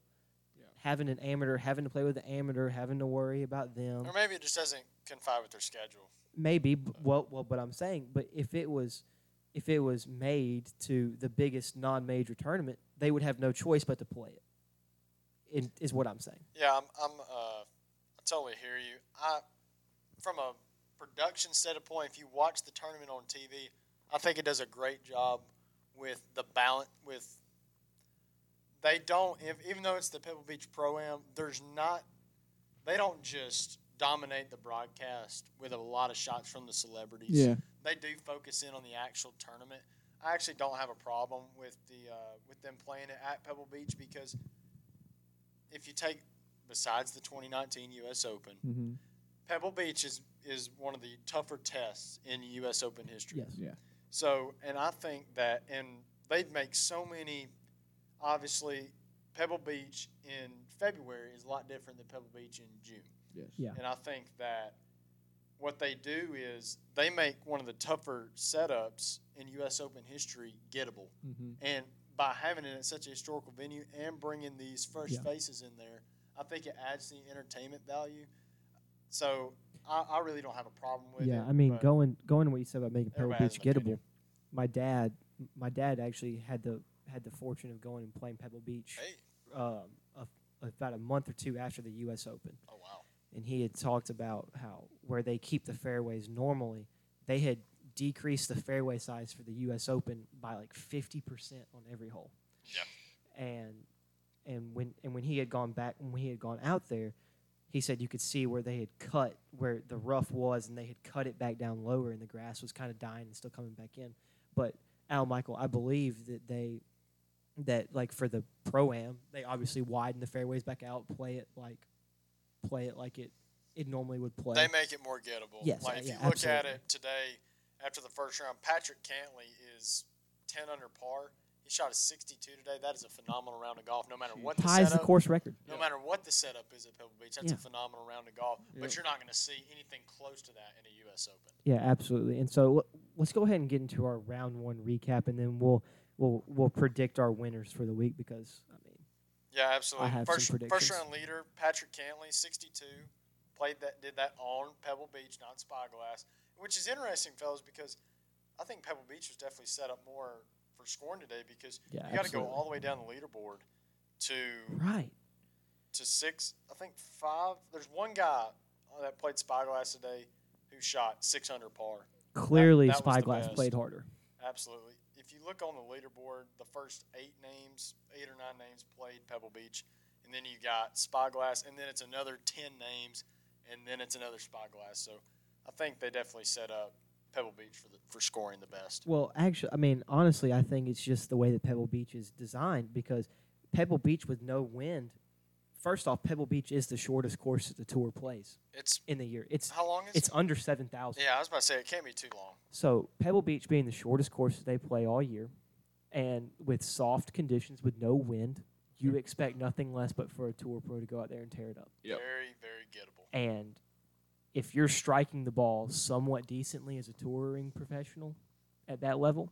C: Yeah.
B: having an amateur, having to play with an amateur, having to worry about them.
A: Or maybe it just doesn't confide with their schedule.
B: Maybe, b- well, well, but I'm saying, but if it was, if it was made to the biggest non-major tournament, they would have no choice but to play it. In, is what I'm saying.
A: Yeah, I'm, I'm uh, I totally hear you. I, from a production standpoint, if you watch the tournament on TV, I think it does a great job with the balance. With they don't, if, even though it's the Pebble Beach Pro Am, there's not, they don't just dominate the broadcast with a lot of shots from the celebrities.
C: Yeah.
A: they do focus in on the actual tournament. I actually don't have a problem with the uh, with them playing it at Pebble Beach because if you take besides the 2019 U.S. Open,
C: Mm-hmm.
A: Pebble Beach is is one of the tougher tests in U.S. Open history.
B: Yes.
C: Yeah.
A: So, and I think that, and they make so many. Obviously, Pebble Beach in February is a lot different than Pebble Beach in June.
C: Yes.
D: Yeah.
A: And I think that what they do is they make one of the tougher setups in U.S. Open history gettable.
C: Mm-hmm.
A: And by having it at such a historical venue and bringing these fresh
D: Yeah.
A: faces in there, I think it adds to the entertainment value. So I, I really don't have a problem with it.
D: yeah, I mean,
A: but-
D: going going to what you said about making Pebble
A: Everybody has
D: Beach
A: an
D: gettable.
A: opinion.
D: My dad, my dad actually had the had the fortune of going and playing Pebble Beach
A: Hey,
D: um, a, about a month or two after the U.S. Open,
A: oh wow.
D: and he had talked about how where they keep the fairways normally, they had decreased the fairway size for the U.S. Open by like fifty percent on every hole. Yeah. And and when and when he had gone back when he had gone out there, he said you could see where they had cut where the rough was, and they had cut it back down lower, and the grass was kind of dying and still coming back in. But Al Michael, I believe that they that like for the pro am, they obviously widen the fairways back out, play it like play it like it it normally would play.
A: They make it more gettable.
D: Yes,
A: like
D: uh,
A: if
D: yeah,
A: you look at
D: absolutely.
A: it today, after the first round, Patrick Cantley is ten under par. He shot a sixty-two today. That is a phenomenal round of golf. No matter what the
D: ties the
A: setup,
D: course record.
A: no
C: Yeah.
A: matter what the setup is at Pebble Beach, that's a
D: Yeah.
A: phenomenal round of golf.
C: Yeah.
A: But you're not going to see anything close to that in a U.S. Open.
D: Yeah, absolutely. And so l- let's go ahead and get into our round one recap, and then we'll we'll we'll predict our winners for the week because I mean,
A: Yeah, absolutely.
D: have some
A: first,
D: predictions.
A: First round leader Patrick Cantley, sixty-two, played that did that on Pebble Beach, not Spyglass, which is interesting, fellas, because I think Pebble Beach was definitely set up more for scoring today because
D: Yeah,
A: you got to go
D: absolutely.
A: all the way down the leaderboard to
D: right?
A: to six. I think five. There's one guy that played Spyglass today who shot six under par.
D: Clearly,
A: that was the
D: Spyglass
A: best.
D: played harder.
A: Absolutely. If you look on the leaderboard, the first eight names, eight or nine names played Pebble Beach, and then you got Spyglass, and then it's another ten names, and then it's another Spyglass. So I think they definitely set up Pebble Beach for the, for scoring the best.
D: Well, actually, I mean, honestly, I think it's just the way that Pebble Beach is designed because Pebble Beach with no wind. First off, Pebble Beach is the shortest course that the tour plays
A: It's
D: in the year. It's
A: how long is
D: it's
A: it?
D: under seven thousand.
A: Yeah, I was about to say it can't be too long.
D: So Pebble Beach being the shortest course that they play all year, and with soft conditions with no wind, you expect nothing less but for a tour pro to go out there and tear it up.
C: Yep.
A: Very, very gettable.
D: And if you're striking the ball somewhat decently as a touring professional at that level,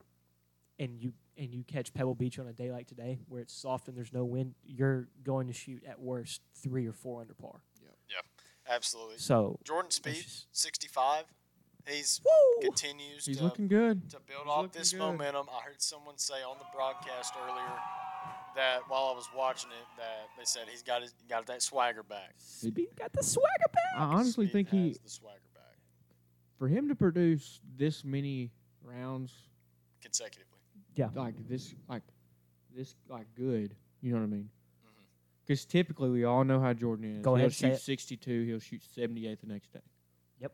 D: and you and you catch Pebble Beach on a day like today where it's soft and there's no wind, you're going to shoot at worst three or four under par.
A: Absolutely.
D: So
A: Jordan Speed,
D: just-
A: sixty-five. He's
B: Woo!
A: continues
C: He's
A: to,
C: looking good.
A: to build
C: he's
A: off
C: looking
A: this
C: good.
A: momentum. I heard someone say on the broadcast earlier that while I was watching it, that they said he's got his got that swagger back.
B: Speed got the swagger back.
C: I honestly
A: Speed
C: think he
A: has the swagger back
C: for him to produce this many rounds
A: consecutively.
C: like this like this like good. You know what I mean?
A: Mhm.
C: Because typically we all know how Jordan is.
B: Go
C: he'll
B: ahead, say
C: shoot
B: it.
C: 62. He'll shoot 78 the next day.
B: Yep.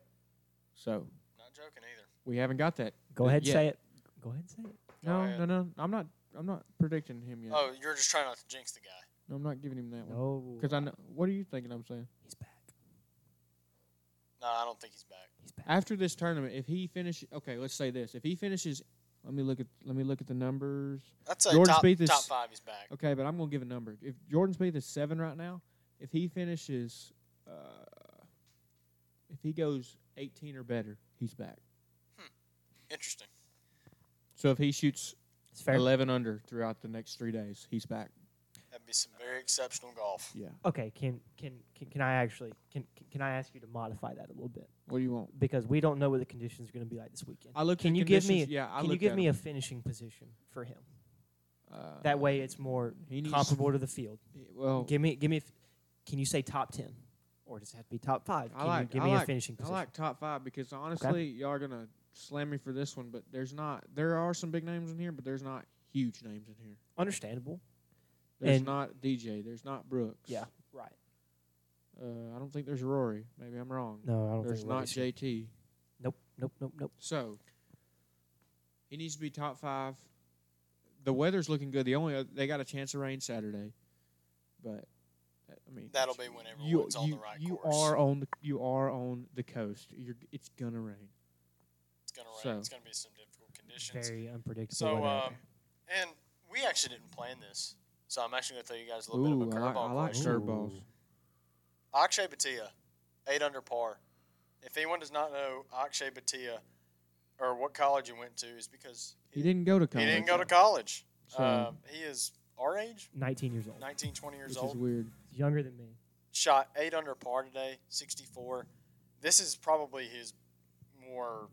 C: So
A: Not joking either.
C: we haven't got that.
B: Go ahead,
C: yet.
B: say it. Go ahead, say it.
A: Go
C: No,
A: ahead.
C: no, no. I'm not. I'm not predicting him yet.
A: Oh, you're just trying not to jinx the guy.
C: No, I'm not giving him that one.
B: No,
C: Because I know. What are you thinking? I'm saying
B: he's back.
A: No, I don't think he's back.
B: He's back.
C: after this tournament, if he finishes, okay, let's say this: if he finishes, let me look at let me look at the numbers.
A: I'd say
C: Jordan
A: top,
C: Spieth is-
A: top five. He's back.
C: Okay, but I'm gonna give a number. If Jordan Spieth is seven right now, if he finishes, uh, if he goes 18 or better, he's back.
A: Interesting.
C: So if he shoots
B: It's fair.
C: 11 under throughout the next three days, he's back.
A: That'd be some very exceptional golf.
C: Yeah.
B: Okay, can can can, can I actually can can- can I ask you to modify that a little bit
C: What do you want?
B: because we don't know what the conditions are going to be like this weekend.
C: I look.
B: Can
C: at
B: you give me-
C: conditions. Yeah. I
B: can you
C: looked
B: give
C: at
B: me
C: him.
B: a finishing position for him?
C: Uh,
B: That way, it's more
C: he needs-
B: comparable to the field.
C: Well,
B: Give me give me. a f- Can you say top ten, or does it have to be top five?
C: I
B: Can
C: like-
B: you give
C: I
B: me
C: like-
B: a finishing
C: I
B: position?
C: like top five because honestly, y'all are gonna slam me for this one, but there's not. There are some big names in here, but there's not huge names in here.
B: Understandable.
C: There's
B: And-
C: not DJ. There's not Brooks.
B: Yeah. Right.
C: Uh, I don't think there's Rory. Maybe I'm wrong.
B: No, I don't
C: there's
B: think
C: not
B: Rory's here.
C: JT.
B: Nope. Nope. Nope. Nope.
C: So he needs to be top five. The weather's looking good. The only oth- they got a chance of rain Saturday, but uh, I mean
A: That'll be when
C: you
A: everyone's on
C: you,
A: the right
C: you
A: course.
C: are on the, you are on the coast. You're it's gonna rain.
A: it's gonna rain.
C: so.
A: It's gonna be some difficult conditions.
B: Very unpredictable.
A: So,
B: weather out
A: um,
B: there.
A: and we actually didn't plan this, so I'm actually gonna throw you guys a little
C: Ooh,
A: bit
C: I
A: of a
C: like, I
A: curveball
C: like
A: question.
B: curve-
C: curveballs.
A: Akshay Batia, eight under par. If anyone does not know Akshay Batia or what college he went to, is because
C: He didn't go to
A: he
C: college.
A: didn't go to college.
C: So,
A: Um, he is our age,
B: 19 years old.
A: 19, 20 years
C: which
A: old.
C: is weird.
B: He's younger than me.
A: shot eight under par today, 64. This is probably his more,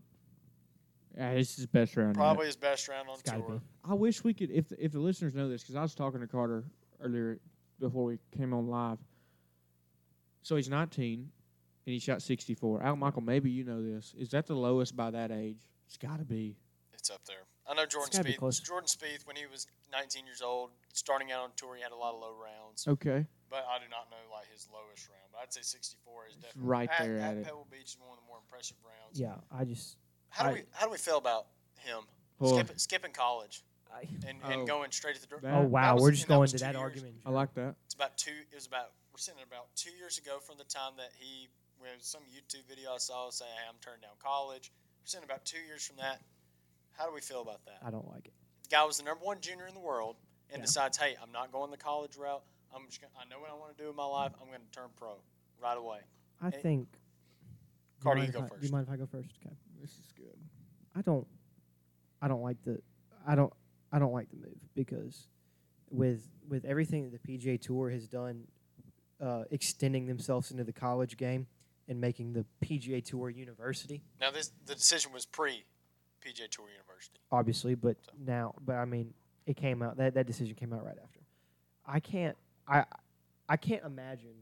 C: Yeah, it's his best round. yet.
A: probably his best round on
B: It's gotta
A: tour.
B: be.
C: I wish we could, if the, if the listeners know this, because I was talking to Carter earlier before we came on live. So he's 19, and he shot 64. Al Michael, maybe you know this. Is that the lowest by that age? It's got to be.
A: It's up there. I know Jordan
B: gotta be close.
A: Spieth. Jordan Spieth, when he was 19 years old, starting out on tour, he had a lot of low rounds.
C: Okay.
A: But I do not know like his lowest round. But I'd say 64 is definitely
C: right
A: at,
C: there at
A: at
C: it.
A: Pebble Beach is one of the more impressive rounds.
B: Yeah. I just.
A: How do
B: I-
A: we how do we feel about him
C: Boy.
A: Skip, skipping college
B: I,
A: and, and
C: Oh.
A: going straight to the door?
C: That-
B: oh wow,
A: was-
B: we're just
A: and that
B: going
A: was
B: to
A: two
B: that
A: years.
B: argument.
C: I like that.
A: It's about two. It was about we're sitting at about two years ago from the time that he where some YouTube video I saw saying hey, I'm turning down college. We're sitting about two years from that. How do we feel about that?
B: I don't like it.
A: The guy was the number one junior in the world and
B: Yeah.
A: decides, hey, I'm not going the college route. I'm just gonna, I know what I want to do in my life. I'm going to turn pro right away.
B: I
A: Hey,
B: think.
A: Carter, Eh, you
B: mind if
A: go
B: I- Do
A: first.
B: you mind if I go first? Okay.
C: This is good.
B: I don't I don't like the I don't I don't like the move because with with everything that the PGA Tour has done uh, extending themselves into the college game and making the PGA Tour university
A: Now this the decision was pre PJ Tour University.
B: obviously but
A: So-
B: now but I mean it came out that that decision came out right after I can't I I can't imagine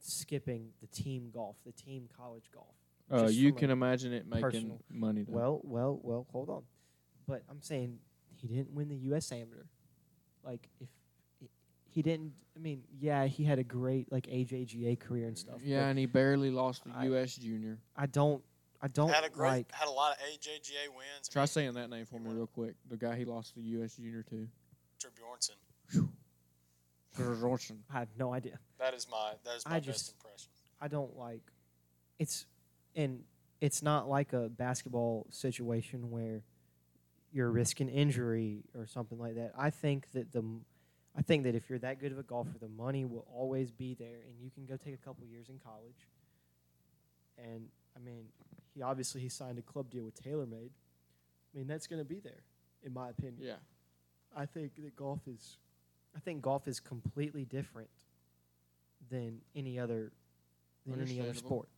B: skipping the team golf the team college golf
C: Uh,
B: Just
C: you
B: from a
C: can imagine it making
B: personal-
C: money. Though.
B: Well, well, well, hold on. But I'm saying he didn't win the U.S. Amateur. Like, if he- he didn't, I mean, yeah, he had a great like AJGA career and stuff.
C: yeah, and he barely lost the
B: I-
C: U.S. Junior.
B: but I don't, I don't
A: Had a great,
B: like.
A: had a lot of AJGA wins. I
C: Try
A: mean,
C: saying that name for me real quick. The guy he lost the U.S. Junior to.
A: Victor Bjornsson.
C: Rosen.
B: I have no idea.
A: That is my that is my
B: I
A: best
B: just-
A: impression.
B: I don't like. It's and it's not like a basketball situation where you're risking injury or something like that. I think that the m- I think that if you're that good of a golfer, the money will always be there, and you can go take a couple years in college. And I mean, he obviously he signed a club deal with TaylorMade. I mean, that's going to be there, in my opinion.
C: Yeah.
B: I think that golf is, I think golf is completely different than any other, than any other
C: Understandable.
B: sport.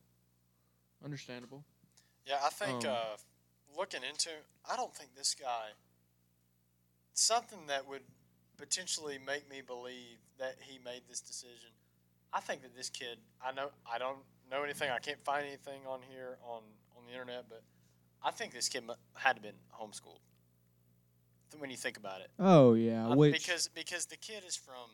C: Understandable.
A: Yeah, I think
C: Um,
A: uh, looking into, I don't think this guy. Something that would potentially make me believe that he made this decision. I think that this kid. I know. I don't know anything. I can't find anything on here on on the internet, but I think this kid mu- had to been homeschooled. th- When you think about it,
C: Oh yeah,
A: Uh,
C: which
A: because because the kid is from.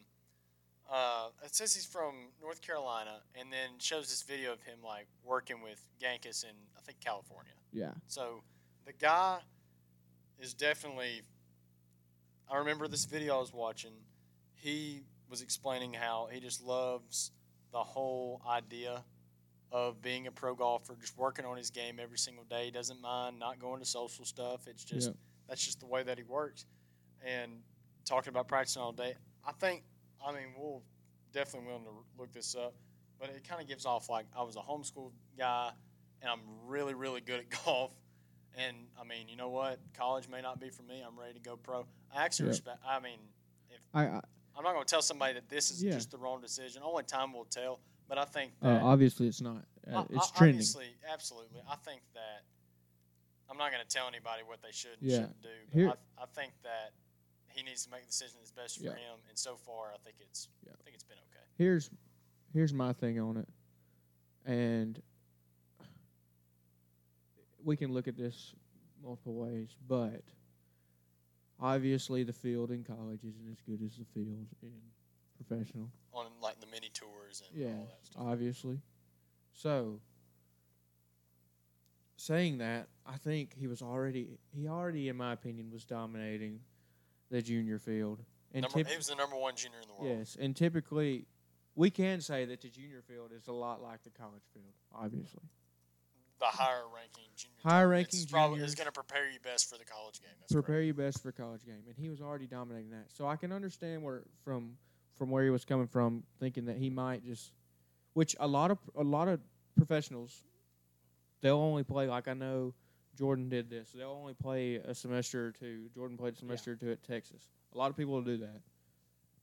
A: Uh, it says he's from North Carolina, and then shows this video of him like working with Gankus in I think California.
C: yeah,
A: So the guy is definitely. I remember this video I was watching. He was explaining how he just loves the whole idea of being a pro golfer, just working on his game every single day. He doesn't mind not going to social stuff. It's just
C: Yeah.
A: that's just the way that he works. And talking about practicing all day, I think. I mean, we'll definitely willing to look this up, but it kind of gives off like I was a homeschool guy and I'm really, really good at golf. And I mean, you know what? College may not be for me. I'm ready to go pro. I actually
C: Yeah.
A: respect. I mean,
C: I, I
A: I'm not going to tell somebody that this is
C: Yeah.
A: just the wrong decision. Only time will tell. But I think
C: uh,
A: that
C: obviously it's not. Uh,
A: o-
C: it's
A: o-
C: trending.
A: Obviously, absolutely. I think that I'm not going to tell anybody what they should and
C: Yeah.
A: shouldn't do. But
C: Here-
A: I, I think that he needs to make the decision that's best for
C: Yeah.
A: him. And so far, I think it's
C: Yeah.
A: I think it's been okay.
C: here's here's my thing on it and we can look at this multiple ways but obviously the field in college isn't as good as the field in professional
A: On like the mini tours and
C: yeah
A: all that stuff.
C: obviously so saying that i think he was already he already in my opinion was dominating the junior field and
A: Number,
C: typ-
A: he was the number one junior in the world.
C: Yes, and typically, we can say that the junior field is a lot like the college field. Obviously,
A: the higher ranking junior.
C: Higher
A: team.
C: ranking
A: it's probably
C: juniors.
A: is going to prepare you best for the college game. That's
C: prepare
A: correct.
C: you best for college game, and he was already dominating that. So I can understand where from from where he was coming from, thinking that he might just, which a lot of a lot of professionals, they'll only play like I know. Jordan did this. They'll only play a semester or two. Jordan played a semester or two at Texas. A lot of people will do that.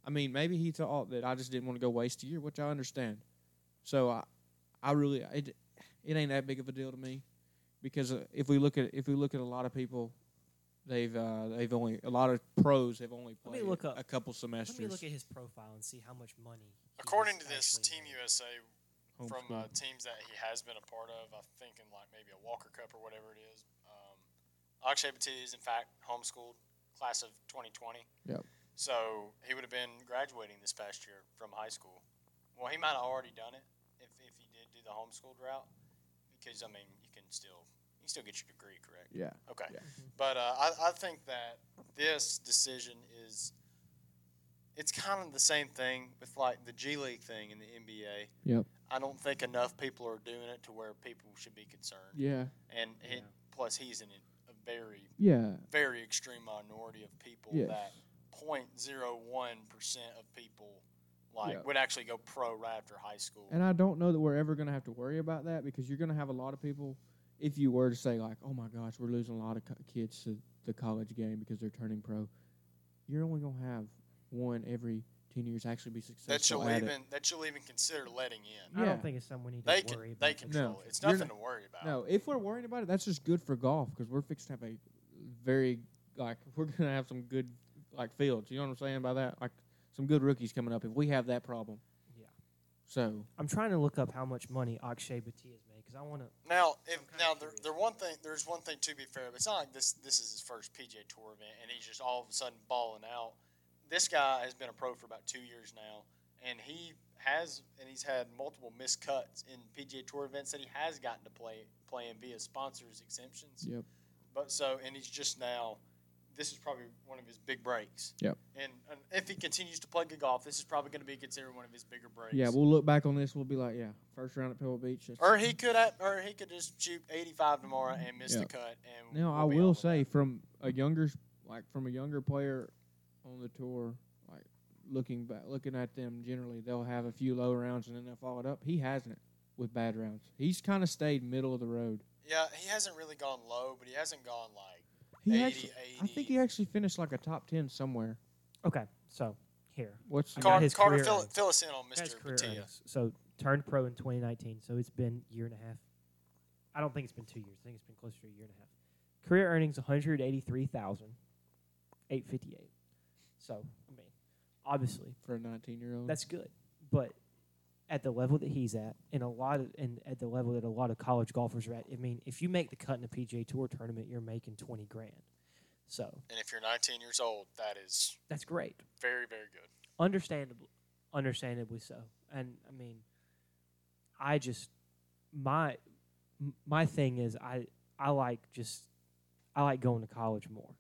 C: I mean, maybe he thought that I just didn't want to go waste a year, which I understand. So I, I really it, it ain't that big of a deal to me, because uh, if we look at if we look at a lot of people, they've uh, they've only a lot of pros have only
B: Let me
C: played
B: look up-
C: a couple
B: Let me
C: semesters.
B: look at his profile and see how much money. he
A: According
B: has
A: to this
B: actually
A: Team
B: made.
A: USA from
C: Homeschool.
A: uh, teams that he has been a part of, I think in like maybe a Walker Cup or whatever it is. Um, Akshay Patel is in fact homeschooled, class of 2020.
C: Yep.
A: So he would have been graduating this past year from high school. Well, he might have already done it if, if he did do the homeschooled route, because I mean you can still you can still get your degree, correct?
C: yeah,
A: Okay.
C: Yeah. Mm-hmm.
A: But uh, I, I think that this decision is it's kind of the same thing with like the G League thing in the NBA.
C: Yep.
A: I don't think enough people are doing it to where people should be concerned.
C: yeah,
A: And it,
B: Yeah.
A: plus, he's in a very
C: yeah,
A: very extreme minority of people
C: yes,
A: that 0.01 percent of people like
C: Yeah.
A: would actually go pro right after high school.
C: and I don't know that we're ever gonna have to worry about that because you're gonna have a lot of people. If you were to say like, oh my gosh, we're losing a lot of co- kids to the college game because they're turning pro, you're only gonna have one every ten years actually be successful.
A: that you'll
C: at it.
A: even that you'll even consider letting in.
B: I
C: Yeah.
B: don't think it's someone we need to
A: They
B: worry
A: can
B: about.
A: they
B: in the
A: control
C: No.
A: it. It's
C: You're
A: nothing
C: not-
A: to worry about.
C: No, if we're worried about it, that's just good for golf because we're fixing to have a very like we're gonna have some good like fields. You know what I'm saying by that? Like some good rookies coming up if we have that problem.
B: Yeah.
C: So
B: I'm trying to look up how much money Akshay Bhatia has made because I want to.
A: Now, if
B: kinda
A: now there,
B: curious.
A: there one thing there's one thing to be fair, but it's not like this this is his first PJ Tour event and he's just all of a sudden balling out. This guy has been a pro for about two years now, and he has and he's had multiple miscuts in PGA Tour events that he has gotten to play play in via sponsors exemptions.
C: Yep.
A: But so and he's just now. This is probably one of his big breaks.
C: Yep.
A: And, and if he continues to play good golf, this is probably going to be considered one of his bigger breaks.
C: yeah, we'll look back on this. We'll be like, yeah, first round at Pebble Beach. that's-
A: Or he could, at, or he could just shoot 85 tomorrow and miss the
C: Yeah.
A: cut. And
C: Now I
A: we'll be all
C: will
A: over
C: say
A: that.
C: from a younger like from a younger player on the tour, like looking back looking at them generally, they'll have a few low rounds and then they'll follow it up. He hasn't with bad rounds. He's kind of stayed middle of the road.
A: yeah, he hasn't really gone low, but he hasn't gone like
C: He
A: 80,
C: actually,
A: 80.
C: I think he actually finished like a top ten somewhere.
B: Okay, so here.
C: What's
B: I got
A: Car-
B: his
A: Carter,
B: career
A: fill,
B: earnings.
A: fill us in on
B: Got his
A: Mr.
B: career
A: Batia.
B: earnings. So turned pro in 2019. So it's been year and a half. I don't think it's been two years. I think it's been closer to a year and a half. Career earnings one hundred eighty three thousand eight fifty eight. So I mean, obviously
C: for a 19 year old.
B: that's good, but at the level that he's at, and a lot of, and at the level that a lot of college golfers are at, I mean, if you make the cut in a PGA Tour tournament, you're making twenty grand. So
A: And if you're 19 years old, that is
B: that's great.
A: very, very good.
B: understandably understandably so and i mean i just my m- my thing is i i like just i like going to college more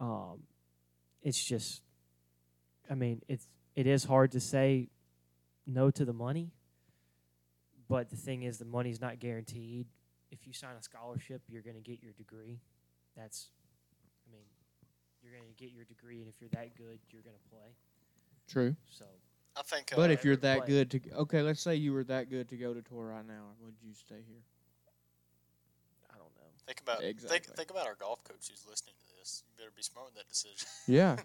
B: um it's just i mean it's it is hard to say no to the money but the thing is the money's not guaranteed if you sign a scholarship you're going to get your degree that's i mean you're going to get your degree and if you're that good you're going to play
C: True.
B: so
A: I think. Uh,
C: But if you're
A: every-
C: that
B: but-
C: good to okay, let's say you were that good to go to tour right now, would you stay here?
B: I don't know.
A: think about
C: Exactly.
A: think, think about our golf coach who's listening to this. You better be smart with that decision.
C: Yeah,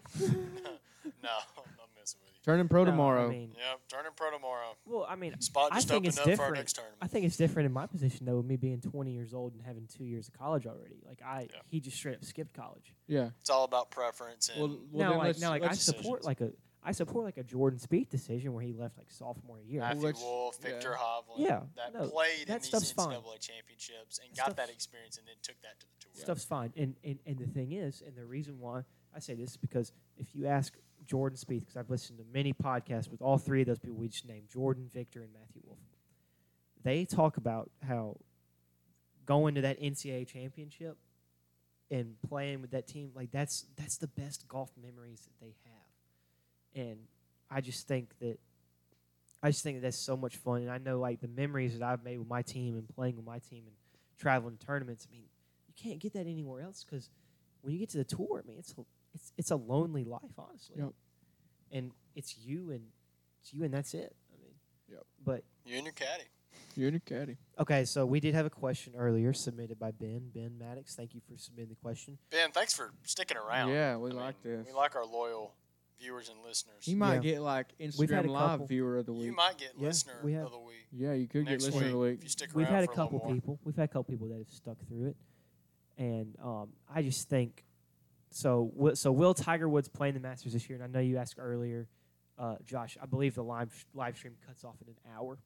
A: no, I'm not messing with
C: turning pro
B: No,
C: tomorrow.
B: I mean,
A: you. Yep, turning pro tomorrow.
B: well, I mean,
A: Spot
B: I
A: just
B: think
A: opened
B: it's
A: up for our
B: different.
A: next tournament.
B: I think it's different in my position though, with me being 20 years old and having two years of college already. Like I,
A: Yeah.
B: he just straight up skipped college.
C: yeah.
A: It's all about preference and
C: Well, well
B: now,
C: then
B: like,
C: let's,
B: now, like I
C: let's-
B: support like a, I support like a Jordan Speed decision where he left like sophomore year.
A: Matthew
C: let's-
A: Wolf,
C: yeah.
A: Victor Hovland,
B: Yeah,
A: that
B: no,
A: played
B: that
A: in these
B: stuff's
A: NCAA
B: fine.
A: championships and
B: That
A: got that
B: stuff's-
A: experience and then took that to the tour.
B: Stuff's fine. And, and and the thing is, and the reason why I say this is because if you ask Jordan Spieth, because I've listened to many podcasts with all three of those people we just named, Jordan, Victor, and Matthew Wolf, they talk about how going to that NCAA championship and playing with that team, like that's that's the best golf memories that they have. And I just think that I just think that that's so much fun. And I know like the memories that I've made with my team and playing with my team and traveling to tournaments. I mean, you can't get that anywhere else because when you get to the tour, I mean, it's it's it's a lonely life, honestly.
C: Yep.
B: And it's you and it's you and that's it. I mean,
C: Yep.
B: But
A: You and your caddy.
C: You're in a caddy.
B: okay, so we did have a question earlier submitted by Ben Ben Maddox. Thank you for submitting the question.
A: Ben, thanks for sticking around.
C: Yeah, we
A: I
C: like
A: mean,
C: this.
A: We like our loyal viewers and listeners.
C: He might
B: Yeah.
C: get like
B: had
C: Instagram
B: a
C: Live
B: couple.
C: viewer of the week.
A: you might get
B: Yeah,
A: listener
B: we have.
A: of the week.
C: yeah, you could
A: next
C: get listener
A: week,
C: of the week.
A: if you stick
B: We've
A: around
B: had a
A: for
B: couple
A: little more.
B: people. We've had a couple people that have stuck through it, and um, I just think so. wi- So will Tiger Woods playing the Masters this year? And I know you asked earlier, uh, Josh. I believe the live live stream cuts off in an hour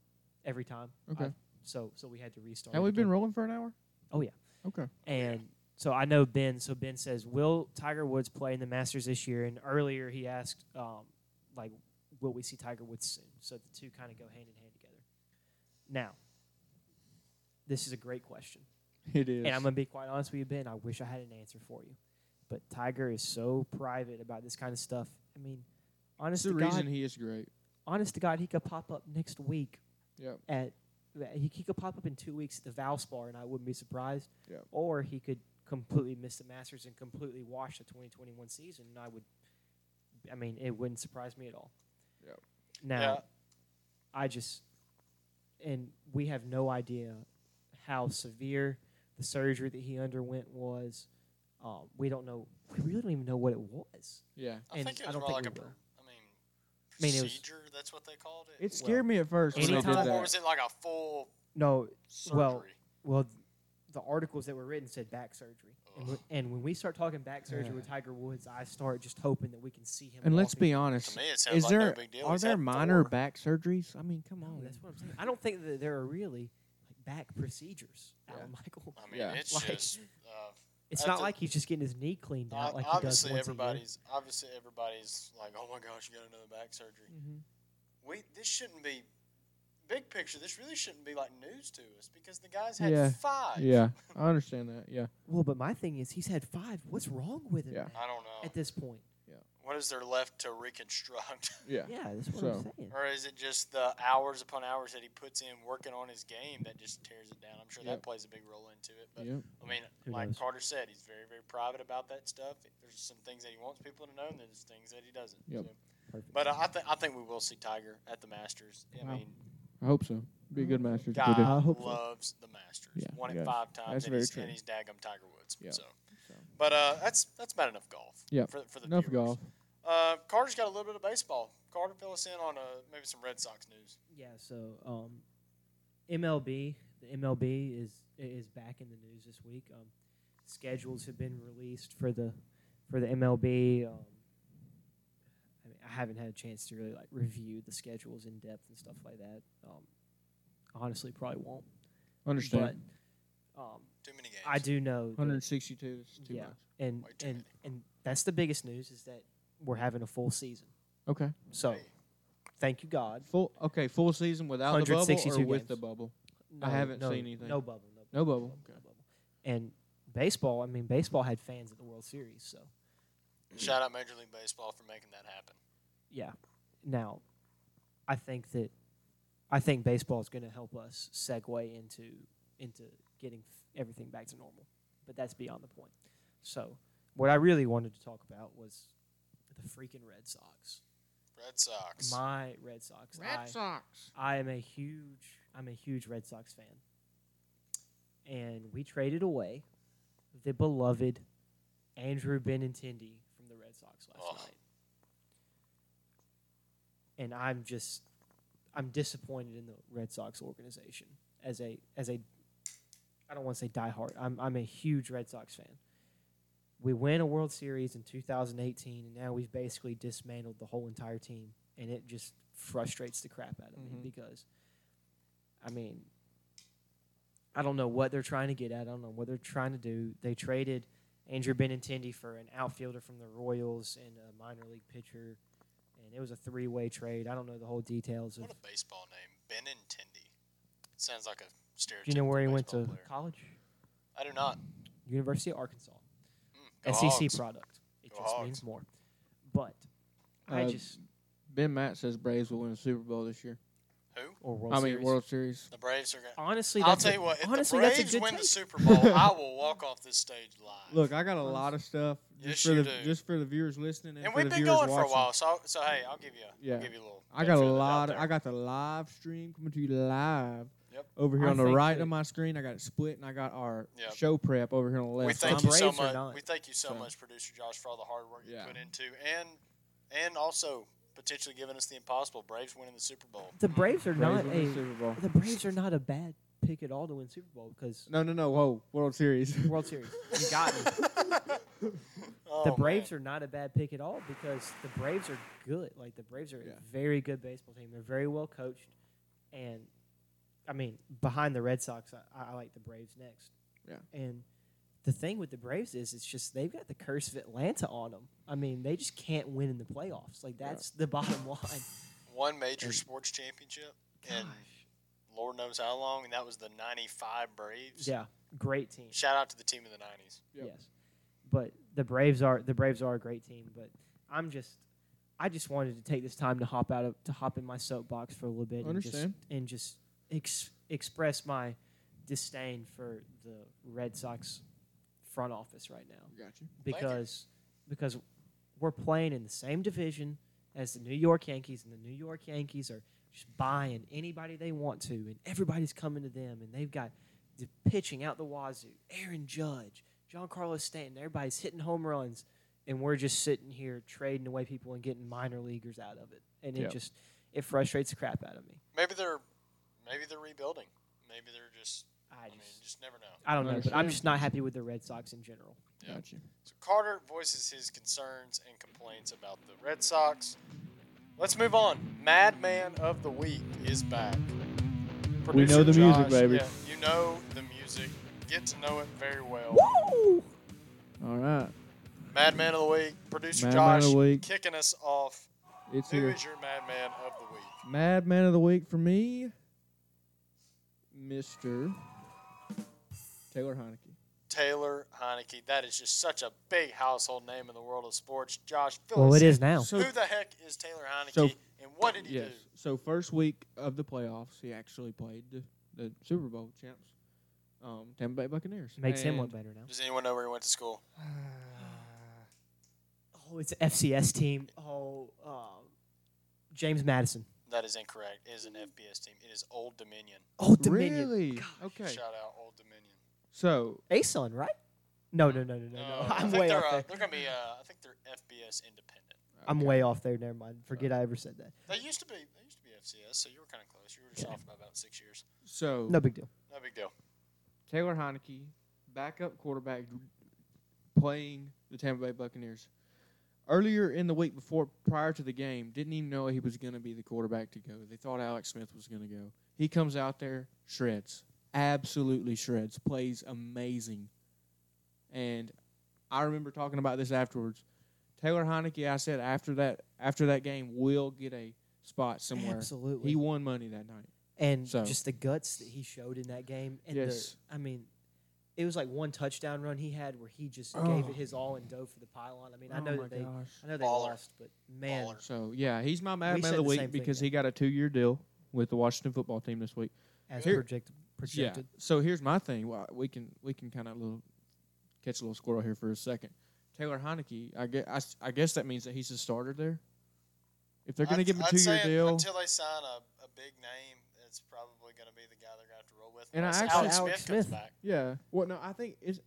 B: every time.
C: Okay.
B: I- so so we had to restart.
C: Have
B: it
C: we been
B: again.
C: rolling for an hour?
B: Oh, yeah.
C: Okay.
B: And so I know Ben. So Ben says, will Tiger Woods play in the Masters this year? And earlier he asked, um, like, will we see Tiger Woods soon? So the two kind of go hand in hand together. Now, this is a great question.
C: It is.
B: And I'm going to be quite honest with you, Ben. I wish I had an answer for you. But Tiger is so private about this kind of stuff. I mean,
C: it's
B: honest
C: the
B: to God,
C: reason he is great.
B: honest to God, he could pop up next week
C: Yep.
B: at he, he could pop up in two weeks at the Valspar, and I wouldn't be surprised.
C: Yeah.
B: Or he could completely miss the Masters and completely wash the 2021 season, and I would, I mean, it wouldn't surprise me at all.
C: Yeah.
B: Now,
A: Yeah.
B: I just, and we have no idea how severe the surgery that he underwent was. Um, we don't know. We really don't even know what it was.
C: Yeah.
A: I
B: and
A: think it
B: I
A: was
B: don't
A: more
B: think
A: like a
B: we
A: pr-
B: will.
A: I mean,
B: I mean, it was-
A: procedure. that's what they called it.
C: It scared me at first when they
A: was,
C: did
A: it,
B: anytime-
A: or
C: that.
A: was it like a full
B: No,
A: surgery?
B: Well, Well, th- the articles that were written said back surgery, and, w- and when we start talking back surgery with Tiger Woods, I start just hoping that we can see him.
C: And let's
B: walking-
C: be honest.
A: to me, it sounds
C: Is
A: like
C: there
A: no big deal.
C: are
A: He's
C: there
A: had
C: minor
A: four.
C: back surgeries? I mean, come
B: No,
C: on.
B: that's what I'm saying. I don't think that there are really like back procedures, Alan Michael.
A: I mean,
C: Yeah.
A: it's
B: Like,
A: just. Uh,
B: It's
A: that's
B: not
A: a-
B: like he's just getting his knee cleaned
A: Ob-
B: out like he does
A: obviously,
B: once
A: everybody's obviously everybody's like, "Oh my gosh, you got another back surgery."
C: Mm-hmm.
B: Mhm.
A: We this shouldn't be big picture. This really shouldn't be like news to us because the guy's had
C: Yeah.
A: five.
C: Yeah, I understand that.
B: A
C: Yeah.
B: year. Well, but my thing is, he's had five. What's wrong with him?
C: Yeah.
B: man,
A: I don't know.
B: At this point,
A: what is there left to reconstruct,
C: Yeah.
B: yeah, that's what I'm
C: So-
B: saying.
A: or is it just the hours upon hours that he puts in working on his game that just tears it down? I'm sure
C: Yep.
A: that plays a big role into it. But
C: Yep.
A: I mean,
B: Who
A: like
B: knows?
A: Carter said, he's very, very private about that stuff. There's some things that he wants people to know, and there's things that he doesn't.
C: Yep.
A: So-
B: Perfect.
A: But uh, I think I think we will see Tiger at the Masters. I
C: Wow.
A: mean,
C: I hope so. Be a good
A: Mm-hmm.
C: master. if we do.
A: guy
B: I hope so.
A: loves the Masters.
C: Yeah,
A: Won it
C: yes.
A: five times,
C: That's
A: and
C: very
A: he's,
C: true.
A: and he's daggum Tiger Woods.
C: Yeah.
A: So,
C: So.
A: but uh, that's that's about enough golf.
C: Yeah.
A: For, for the
C: Enough
A: viewers.
C: golf.
A: Uh, Carter's got a little bit of baseball. Carter, fill us in on uh, maybe some Red Sox news.
B: Yeah, so um, MLB the MLB is is back in the news this week. Um, schedules have been released for the for the MLB. Um, I mean, I haven't had a chance to really like review the schedules in depth and stuff like that. Um, honestly, probably won't.
C: Understand.
B: But um,
A: Too many games.
B: I do know, that-
C: 162 is too
B: yeah,
C: much.
B: and
A: Way too
B: and
A: many.
B: and that's the biggest news is that we're having a full season.
C: Okay.
B: So,
A: Hey.
B: thank you God.
C: Full okay, full season without the bubble or
B: 162
C: with the
B: games.
C: bubble.
B: No,
C: haven't
B: no,
C: seen anything.
B: No bubble. No bubble.
C: No bubble.
B: no bubble. And baseball. I mean, baseball had fans at the World Series. So
A: Shout out Major League Baseball for making that happen.
B: yeah. Now, I think that I think baseball is going to help us segue into into getting f- everything back to normal. But that's beyond the point. So what I really wanted to talk about was the freaking Red Sox.
A: Red Sox.
B: My Red Sox. I-
C: Sox.
B: I am a huge I'm a huge Red Sox fan. And we traded away the beloved Andrew Benintendi from the Red Sox last
A: Ugh.
B: night. And I'm just I'm disappointed in the Red Sox organization as a as a I don't want to say diehard. I'm I'm a huge Red Sox fan. We win a World Series in 2018, and now we've basically dismantled the whole entire team, and it just frustrates the crap out of
A: Mm-hmm.
C: Mhm.
B: me because, I mean, I don't know what they're trying to get at. I don't know what they're trying to do. They traded Andrew Benintendi for an outfielder from the Royals and a minor league pitcher, and it was a three-way trade. I don't know the whole details of.
A: What a baseball name, Benintendi. Sounds like a stereotypical.
B: Do you know where he went
A: baseball
B: to
A: player.
B: college?
A: I do not.
B: University of Arkansas.
A: Mm, go
B: SEC
A: Hogs.
B: product. It
A: Go
B: just
A: Hogs.
B: means more. But I
C: Uh,
B: just
C: Ben Matt says Braves will win the Super Bowl this year.
A: Who?
B: or World
C: I mean
B: Series.
C: World Series.
A: The Braves are going. to
B: honestly,
A: I'll
B: that's
A: tell
B: a-
A: you what. If
B: honestly,
A: the
B: that's a
A: Braves
B: good
A: win
B: take.
A: the Super Bowl, I will walk off this stage live.
C: Look, I got a lot of stuff
A: Yes,
C: just for
A: you
C: the
A: do.
C: just for the viewers listening and,
A: and
C: for
A: we've
C: the
A: been
C: viewers
A: going for a
C: watching.
A: while, so so hey, I'll give you.
C: Yeah.
A: I'll give you a little.
C: I got a
A: benefit of the doubt
C: lot.
A: there.
C: I got the live stream coming to you live.
A: Yep.
C: Over here
B: I
C: on the
B: think
C: right
B: that-
C: of my screen, I got it split, and I got our
A: Yep.
C: show prep over here on the left.
A: We thank
B: I'm
A: you so
B: Braves or
A: much.
B: not.
A: We thank you so,
C: So.
A: much, producer Josh, for all the hard work you
C: Yeah.
A: put into, and and also potentially giving us the impossible Braves winning the Super Bowl.
B: the Braves are
C: Braves
B: not
C: will win the
B: a
C: Super Bowl.
B: the Braves are not a bad pick at all to win Super Bowl because
C: No, no, no. Whoa, World Series.
B: World Series. You got me.
A: Oh,
B: the
A: man.
B: Braves are not a bad pick at all because the Braves are good. Like the Braves are
C: Yeah.
B: a very good baseball team. They're very well coached, and I mean behind the Red Sox, I, I like the Braves next.
C: Yeah.
B: And the thing with the Braves is, it's just they've got the curse of Atlanta on them. I mean, they just can't win in the playoffs. Like
C: Yeah.
B: that's the bottom line.
A: one major
C: And-
A: sports championship
B: Gosh.
A: in Lord knows how long, and that was the '95 Braves.
B: Yeah. Great team.
A: Shout out to the team of the '90s.
C: Yep.
B: Yes. But the Braves are the Braves are a great team, but I'm just I just wanted to take this time to hop out of to hop in my soapbox for a little bit and just
C: Understand.
B: and just ex- express my disdain for the Red Sox front office right now
C: Got
A: you.
C: you.
B: because because we're playing in the same division as the New York Yankees, and the New York Yankees are just buying anybody they want to, and everybody's coming to them, and they've got the pitching out the wazoo, Aaron Judge, John Carlos Stanton, everybody's hitting home runs, and we're just sitting here trading away people and getting minor leaguers out of it, and it
C: Yep.
B: just it frustrates the crap out of me.
A: Maybe they're maybe they're rebuilding. Maybe they're just. I
B: I
A: mean,
B: just
A: just never know.
B: I don't know, but I'm
C: Understand.
B: just not happy with the Red Sox in general.
A: Yeah.
C: Got you.
A: So Carter voices his concerns and complaints about the Red Sox. Let's move on. Madman of the Week is back.
C: know the music, baby.
A: yeah, you know the music. Get to know it very well.
C: All right.
A: Madman of the Week, producer
C: Madman
A: Josh
C: of the Week.
A: kicking us off.
C: It's
A: Who
C: here.
A: is your Madman of the Week?
C: Madman of the week for me, Mister Taylor Heineke.
A: Taylor Heineke. That is just such a big household name in the world of sports. Josh, fill
B: Well,
A: us
B: it
A: in.
B: is now.
C: So-
A: Who the heck is Taylor Heineke,
C: So-
A: and what did he
C: yes.
A: do?
C: So first week of the playoffs, he actually played the, the Super Bowl champs, um, Tampa Bay Buccaneers.
B: Makes him look
C: And-
B: better now.
A: Does anyone know where he went to school?
D: Uh,
B: Oh, it's an FCS team. Oh, um, James Madison.
A: That is incorrect. It is an FBS team. It is Old Dominion.
B: Oh, Dominion.
C: Really?
B: Gosh.
C: Okay.
A: Shout out Old Dominion.
C: So
B: ASUN, right? No, no, no, no, no,
A: No,
B: no.
A: I
B: I'm
A: think
B: way
A: they're,
B: off
A: uh,
B: there.
A: they're gonna be. Uh, I think they're FBS independent.
B: I'm
C: okay.
B: way off there. Never mind. Forget I ever said that.
A: They used to be. They used to be FCS, so you were kind of close. You were just off by about six years.
C: So
D: No big deal.
A: No big deal.
C: Taylor Heineke, backup quarterback, playing the Tampa Bay Buccaneers. Earlier in the week before, prior to the game, didn't even know he was going to be the quarterback to go. They thought Alex Smith was going to go. He comes out there, shreds, absolutely shreds, plays amazing. And I remember talking about this afterwards. Taylor Heineke, I said after that after that game, will get a spot somewhere.
D: Absolutely.
C: He won money that night.
D: and
C: So-
D: just the guts that he showed in that game. And
C: Yes.
D: the, I mean, it was like one touchdown run he had where he just gave
C: Oh.
D: it his all and dove for the pylon. I mean,
B: Oh
D: I know that they,
C: gosh.
D: I know they
A: Baller.
D: lost, but man,
A: Baller.
C: So yeah, he's my
D: We
C: man
D: said
C: of
D: the same
C: the week
D: thing,
C: because
D: yeah.
C: he got a two-year deal with the Washington football team this week.
D: as
C: Here-
D: project, projected,
C: Yeah. So here's my thing. Why- We can we can kind of little catch a little squirrel here for a second. Taylor Heineke, I guess, I, s- I guess that means that he's a starter there. If they're going to
A: I'd-
C: give him a
A: I'd
C: two-year
A: say
C: deal,
A: until they sign a, a big name, it's probably going to be the guy they're going to have to roll with.
C: And I
A: unless
C: actually-
A: Alex,
B: Alex
A: Smith,
B: Smith.
A: comes back.
C: yeah. Well, no, I think is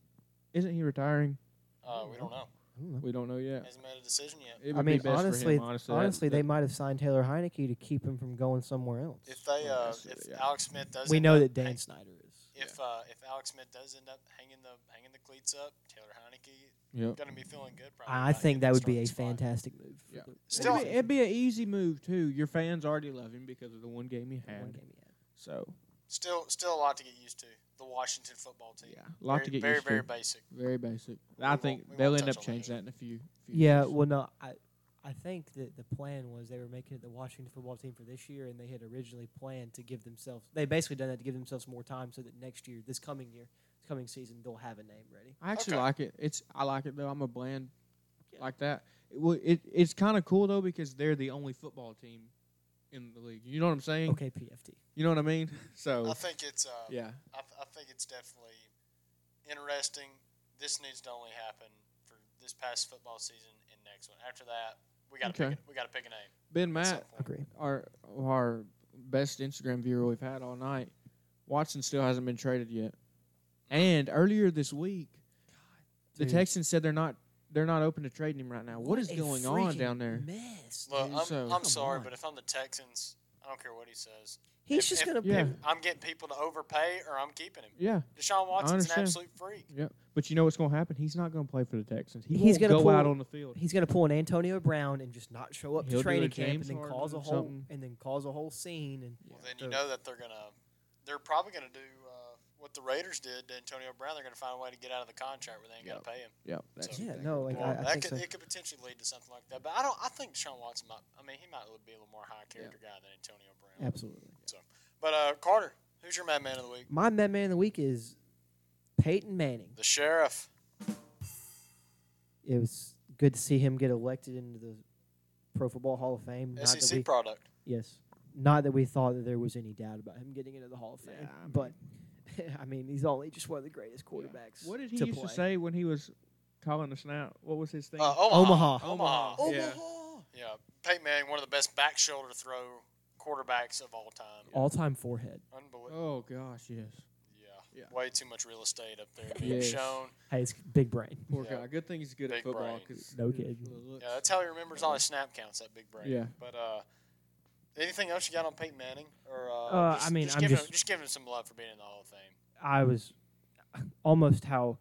C: isn't he retiring?
A: Uh, we don't know.
B: I don't know.
C: We don't know yet.
A: Hasn't made a decision yet.
C: It
B: I
C: would
B: mean,
C: be best
B: honestly,
C: for him, honestly, That-
B: honestly, they
C: that-
B: might have signed Taylor Heineke to keep him from going somewhere else.
A: If they,
C: Well,
A: uh,
C: that's-
A: if
C: yeah.
A: Alex Smith does,
B: we
A: end
B: know
A: up
B: that Dan
A: hang-
B: Snyder is.
A: If uh, if Alex Smith does end up hanging the hanging the cleats up, Taylor Heineke
C: Yep.
A: going to be feeling good. Probably
B: I
A: about getting
B: think that
A: the
B: would be a
A: starting spot.
B: fantastic move. for
C: Yeah.
B: the-
A: Still-
C: it'd, be, it'd be an easy move too. Your fans already love him because of the one game he
B: the
C: had.
B: one game he had.
C: So
A: Still, still a lot to get used to. The Washington football team.
C: yeah, a lot
A: very,
C: to get
A: very,
C: used to.
A: very basic.
C: Very basic.
A: We
C: I
A: won't-
C: think
A: we
C: they'll
A: won't
C: end
A: touch
C: up
A: on that
C: changing that in a few. few
B: Yeah,
C: years.
B: well, no, I, I think that the plan was they were making it the Washington football team for this year, and they had originally planned to give themselves. They basically done that to give themselves more time, so that next year, this coming year, this coming season, they'll have a name ready.
C: I actually
A: Okay.
C: like it. It's I like it though. I'm a bland
B: Yeah.
C: like that. It, well, it it's kind of cool though because they're the only football team in the league. You know what I'm saying?
B: Okay, PFT.
C: You know what I mean? So
A: I think it's. Uh,
C: yeah,
A: I, I think it's definitely interesting. This needs to only happen for this past football season and next one. After that, we got to
C: Okay.
A: pick. A, we got to pick a name.
C: Ben
A: at some
C: Matt,
A: point.
B: Agree.
C: our our best Instagram viewer we've had all night. Watson still hasn't been traded yet. And earlier this week,
B: dude.
C: the Texans said they're not they're not open to trading him right now. what is
B: a
C: going on
B: freaking
C: down there?
B: Mess.
A: Look,
B: dude.
A: I'm,
C: so-
A: I'm
B: Come
A: sorry,
B: on.
A: but if I'm the Texans, I don't care what he says.
B: He's
A: if-
B: just
A: if-
B: gonna.
C: Yeah.
B: pick-
A: I'm getting people to overpay, or I'm keeping him.
C: Yeah,
A: Deshaun Watson's an
C: understand.
A: absolute freak.
C: yeah. But you know what's going to happen? He's not going to play for the Texans. He
B: He's
C: won't
B: gonna
C: go
B: pull-
C: out on the field.
B: He's gonna pull an Antonio Brown and just not show up to
C: He'll do a
B: training camp,
C: James
B: and then
C: Harden
B: cause a
C: or
B: whole
C: something.
B: and then cause a whole scene. And
A: Well, then you
B: They're-
A: know that they're gonna, they're probably gonna do uh, what the Raiders did to Antonio Brown. They're gonna find a way to get out of the contract where they ain't
C: Yep.
A: gotta pay him.
C: Yeah,
A: that's-
B: yeah, no, like,
A: Well,
B: I, I
A: that
B: think
A: could
B: so.
A: it could potentially lead to something like that. But I don't. I think Sean Watson might. I mean, he might be a little more high character guy than Antonio Brown.
B: Absolutely.
A: But uh, Carter, who's your madman of the week?
B: My Mad Man of the Week is Peyton Manning.
A: The sheriff.
B: It was good to see him get elected into the Pro Football Hall of Fame. Not that
A: SEC
B: we,
A: E product.
B: yes, not that we thought that there was any doubt about him getting into the Hall of Fame,
C: Yeah, I mean-
B: but I mean he's only just one of the greatest quarterbacks.
C: What did he
B: to
C: used
B: play.
C: to say when he was calling the snap? What was his thing?
A: Uh, Omaha.
B: Omaha.
A: Omaha.
C: Omaha.
B: Omaha,
C: Yeah.
A: Yeah. Peyton Manning, one of the best back shoulder throw quarterbacks of all time.
B: all-time forehead.
A: Unbelievable.
C: oh gosh, yes.
A: Yeah.
C: Yeah.
A: Way too much real estate up there being
C: Yes.
A: shown.
B: Hey, it's big brain.
C: Poor
A: Yeah.
C: guy. Good thing he's good
A: Big
C: at football.
A: brain.
C: 'cause-
B: No kidding.
A: Yeah, that's how he remembers all his snap counts. That big brain.
C: Yeah.
A: But uh, anything else you got on Peyton Manning? Or uh,
B: Uh,
A: just,
B: I mean,
A: just
B: I'm
A: giving
B: just-
A: him, just giving him some love for being in the Hall of Fame.
B: I was almost how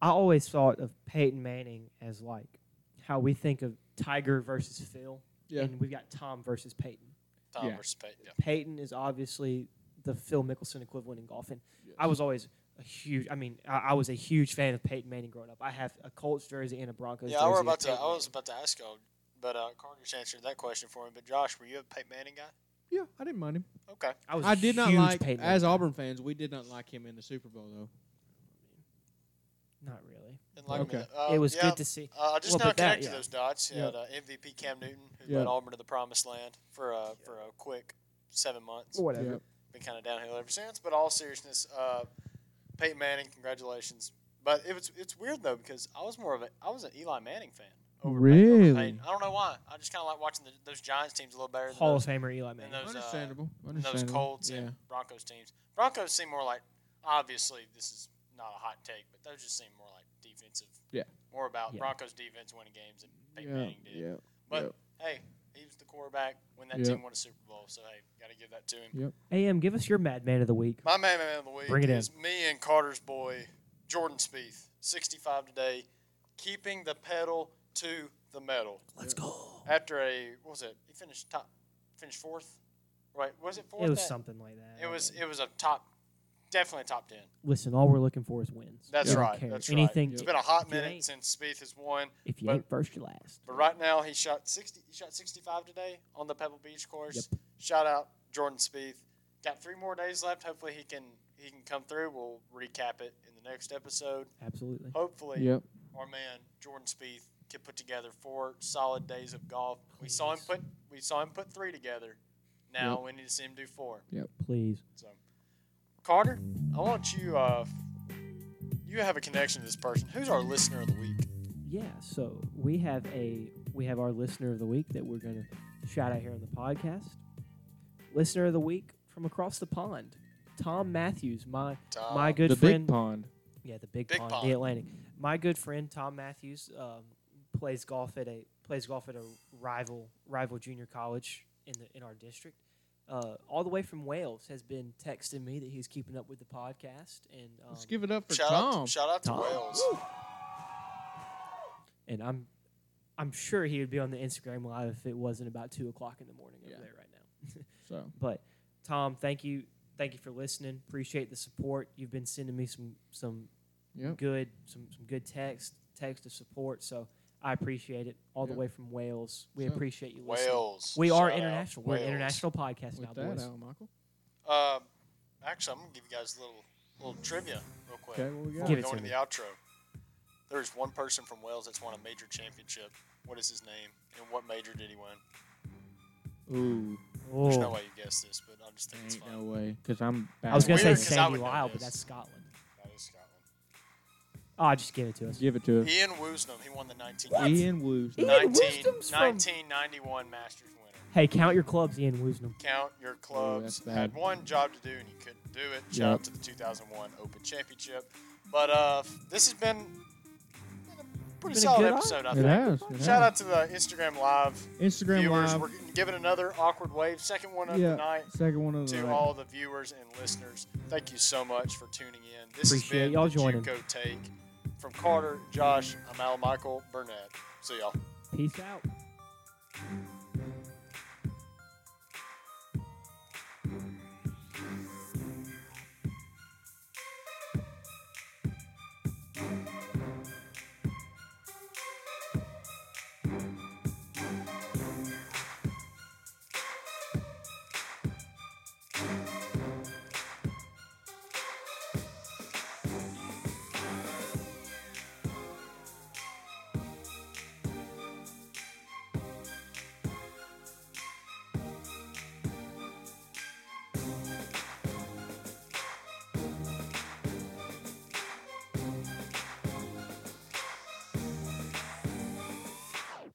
B: I always thought of Peyton Manning as like how we think of Tiger versus Phil,
C: Yeah.
B: and we've got Tom versus Peyton.
A: Tom
C: Yeah.
A: versus Peyton. Yeah.
B: Peyton is obviously the Phil Mickelson equivalent in golfing. I was always a huge. I mean, I, I was a huge fan of Peyton Manning growing up. I have a Colts jersey and a Broncos
A: Yeah,
B: jersey.
A: I were
B: of
A: about to.
B: Peyton
A: I was about to ask y'all, but uh, Carter just answered that question for me. But Josh, were you a Peyton Manning guy?
C: Yeah, I didn't mind him.
A: Okay.
B: Manning. I was. a
C: I did not
B: huge
C: like
B: Peyton
C: as
B: Manning.
C: Auburn fans. We did not like him in the Super Bowl though.
B: Not really.
A: Didn't like
C: Okay.
A: him either. Uh,
B: it was
A: yeah,
B: good to see.
A: Uh, I just
B: Well,
A: now
B: but that,
A: connected
B: yeah.
A: those dots. You
C: Yeah.
A: had uh, MVP Cam Newton, who
C: Yeah.
A: led Auburn to the promised land for a for a quick seven months.
B: Whatever.
C: Yep.
A: Been kind of downhill ever since. But all seriousness, uh, Peyton Manning, congratulations. But it was it's weird though because I was more of a I was an Eli Manning fan. Over Peyton- over
C: Really?
A: Peyton. I don't know why. I just kind of like watching the, those Giants teams a little better. Than
B: Hall
A: those,
B: of Famer Eli
A: and
B: Manning.
A: those, uh,
C: Understandable.
A: and those
C: Understandable.
A: Colts
C: Yeah.
A: and Broncos teams. Broncos seem more like obviously this is not a hot take, but those just seem more like defensive.
C: Yeah.
A: More about
B: Yeah.
A: Broncos defense winning games than Peyton
C: yeah.
A: Manning did.
C: yeah.
A: But
C: Yep.
A: hey, He was the quarterback when that
C: Yep.
A: team won a Super Bowl. So hey, gotta give that to him.
B: Am, give us your madman of the week.
A: My man of the week
B: Bring it in.
A: is me and Carter's boy Jordan Spieth, 65 today, keeping the pedal to the metal.
B: Let's go.
A: After a what was it? He finished top, finished fourth, right? Was it fourth?
B: It was
A: that-
B: something like that.
A: It was it was a top, definitely a top ten.
B: Listen, all we're looking for is wins.
A: That's
B: We don't
A: right.
B: care.
A: That's right.
B: Anything.
A: It's been a hot
B: If you
A: minute
B: ain't-
A: since Spieth has won,
B: If you
A: but-
B: ain't first, you're last.
A: but right now he shot 60. He shot 65 today on the Pebble Beach course. Shout out Jordan Spieth. Got three more days left. Hopefully he can he can come through. We'll recap it in the next episode.
B: Absolutely.
A: Hopefully
C: Yep.
A: our man Jordan Spieth can put together four solid days of golf. We saw him
B: Please.
A: put we saw him put three together. Now we need to see him do four.
B: Please.
A: So, Carter, I want you. Uh, you have a connection to this person. Who's our listener of the week?
B: Yeah. So we have a we have our listener of the week that we're gonna shout out here on the podcast. Listener of the week from across the pond, Tom Matthews, my
A: Tom.
B: my good
C: the
B: friend.
C: big pond.
A: Um,
B: Yeah, the big,
A: Big
B: pond,
A: pond.
B: the Atlantic. My good friend Tom Matthews um, plays golf at a plays golf at a rival rival junior college in the in our district. Uh, all the way from Wales has been texting me that he's keeping up with the podcast and um,
C: Let's give it up for
A: shout
C: Tom.
A: out, to, shout out to
B: Tom.
A: Wales.
B: Woo. and I'm I'm sure he would be on the Instagram live if it wasn't about two o'clock in the morning
C: Yeah.
B: over there right now.
C: so
B: But Tom, thank you, thank you for listening. Appreciate the support. You've been sending me some some
C: Yep.
B: good some some good text text of support. So I appreciate it all
C: Yep.
B: the way from Wales. We
C: So-
B: appreciate you listening.
A: Wales.
B: We are
A: Shout out
B: international. We're an
A: Wales.
B: international podcast now,
C: with that, uh,
B: boys.
C: Alan Michael.
A: Um, actually, I'm gonna give you guys a little little trivia real quick.
C: Okay, what we
A: before
C: got?
A: we
B: Give it
A: go
B: to
A: into
B: me.
A: the outro. There's one person from Wales that's won a major championship. What is his name? And what major did he win?
C: Ooh,
A: There's
B: Oh.
A: no way you guess this, but I just think it's
C: ain't
A: fun.
C: no way. Because I'm. Bad.
B: I was gonna say
A: Weird, 'cause I
B: Sandy
A: would know
B: Lyle, but
A: this.
B: that's Scotland.
A: That is Scotland.
B: Oh, just give it to us.
C: give it to
A: Ian Woosnam. He won the 19,
C: Ian Woo's.
B: Ian
A: 19
B: Woosnam's from-
A: 1991 Masters winner.
B: Hey, count your clubs, Ian Woosnam.
A: count your clubs.
C: that's
A: had
C: bad.
A: one job to do and you couldn't do it. Shout out
C: Yep.
A: to the 2001 Open Championship. But uh, this has been a pretty
B: Been a
A: solid
B: good
A: episode, I
C: It
A: think.
C: has. It
A: Shout
C: has.
A: out to the Instagram Live
C: Instagram
A: viewers.
C: live.
A: We're giving another awkward wave, second one of
C: yeah.
A: the night.
C: Second one of the
A: To
C: night.
A: all the viewers and listeners, thank you so much for tuning in. This
B: Appreciate
A: has been
B: y'all
A: the
B: joining.
A: JUCO Take from Carter, Josh. I'm Al Michael Burnett. See y'all.
B: Peace out.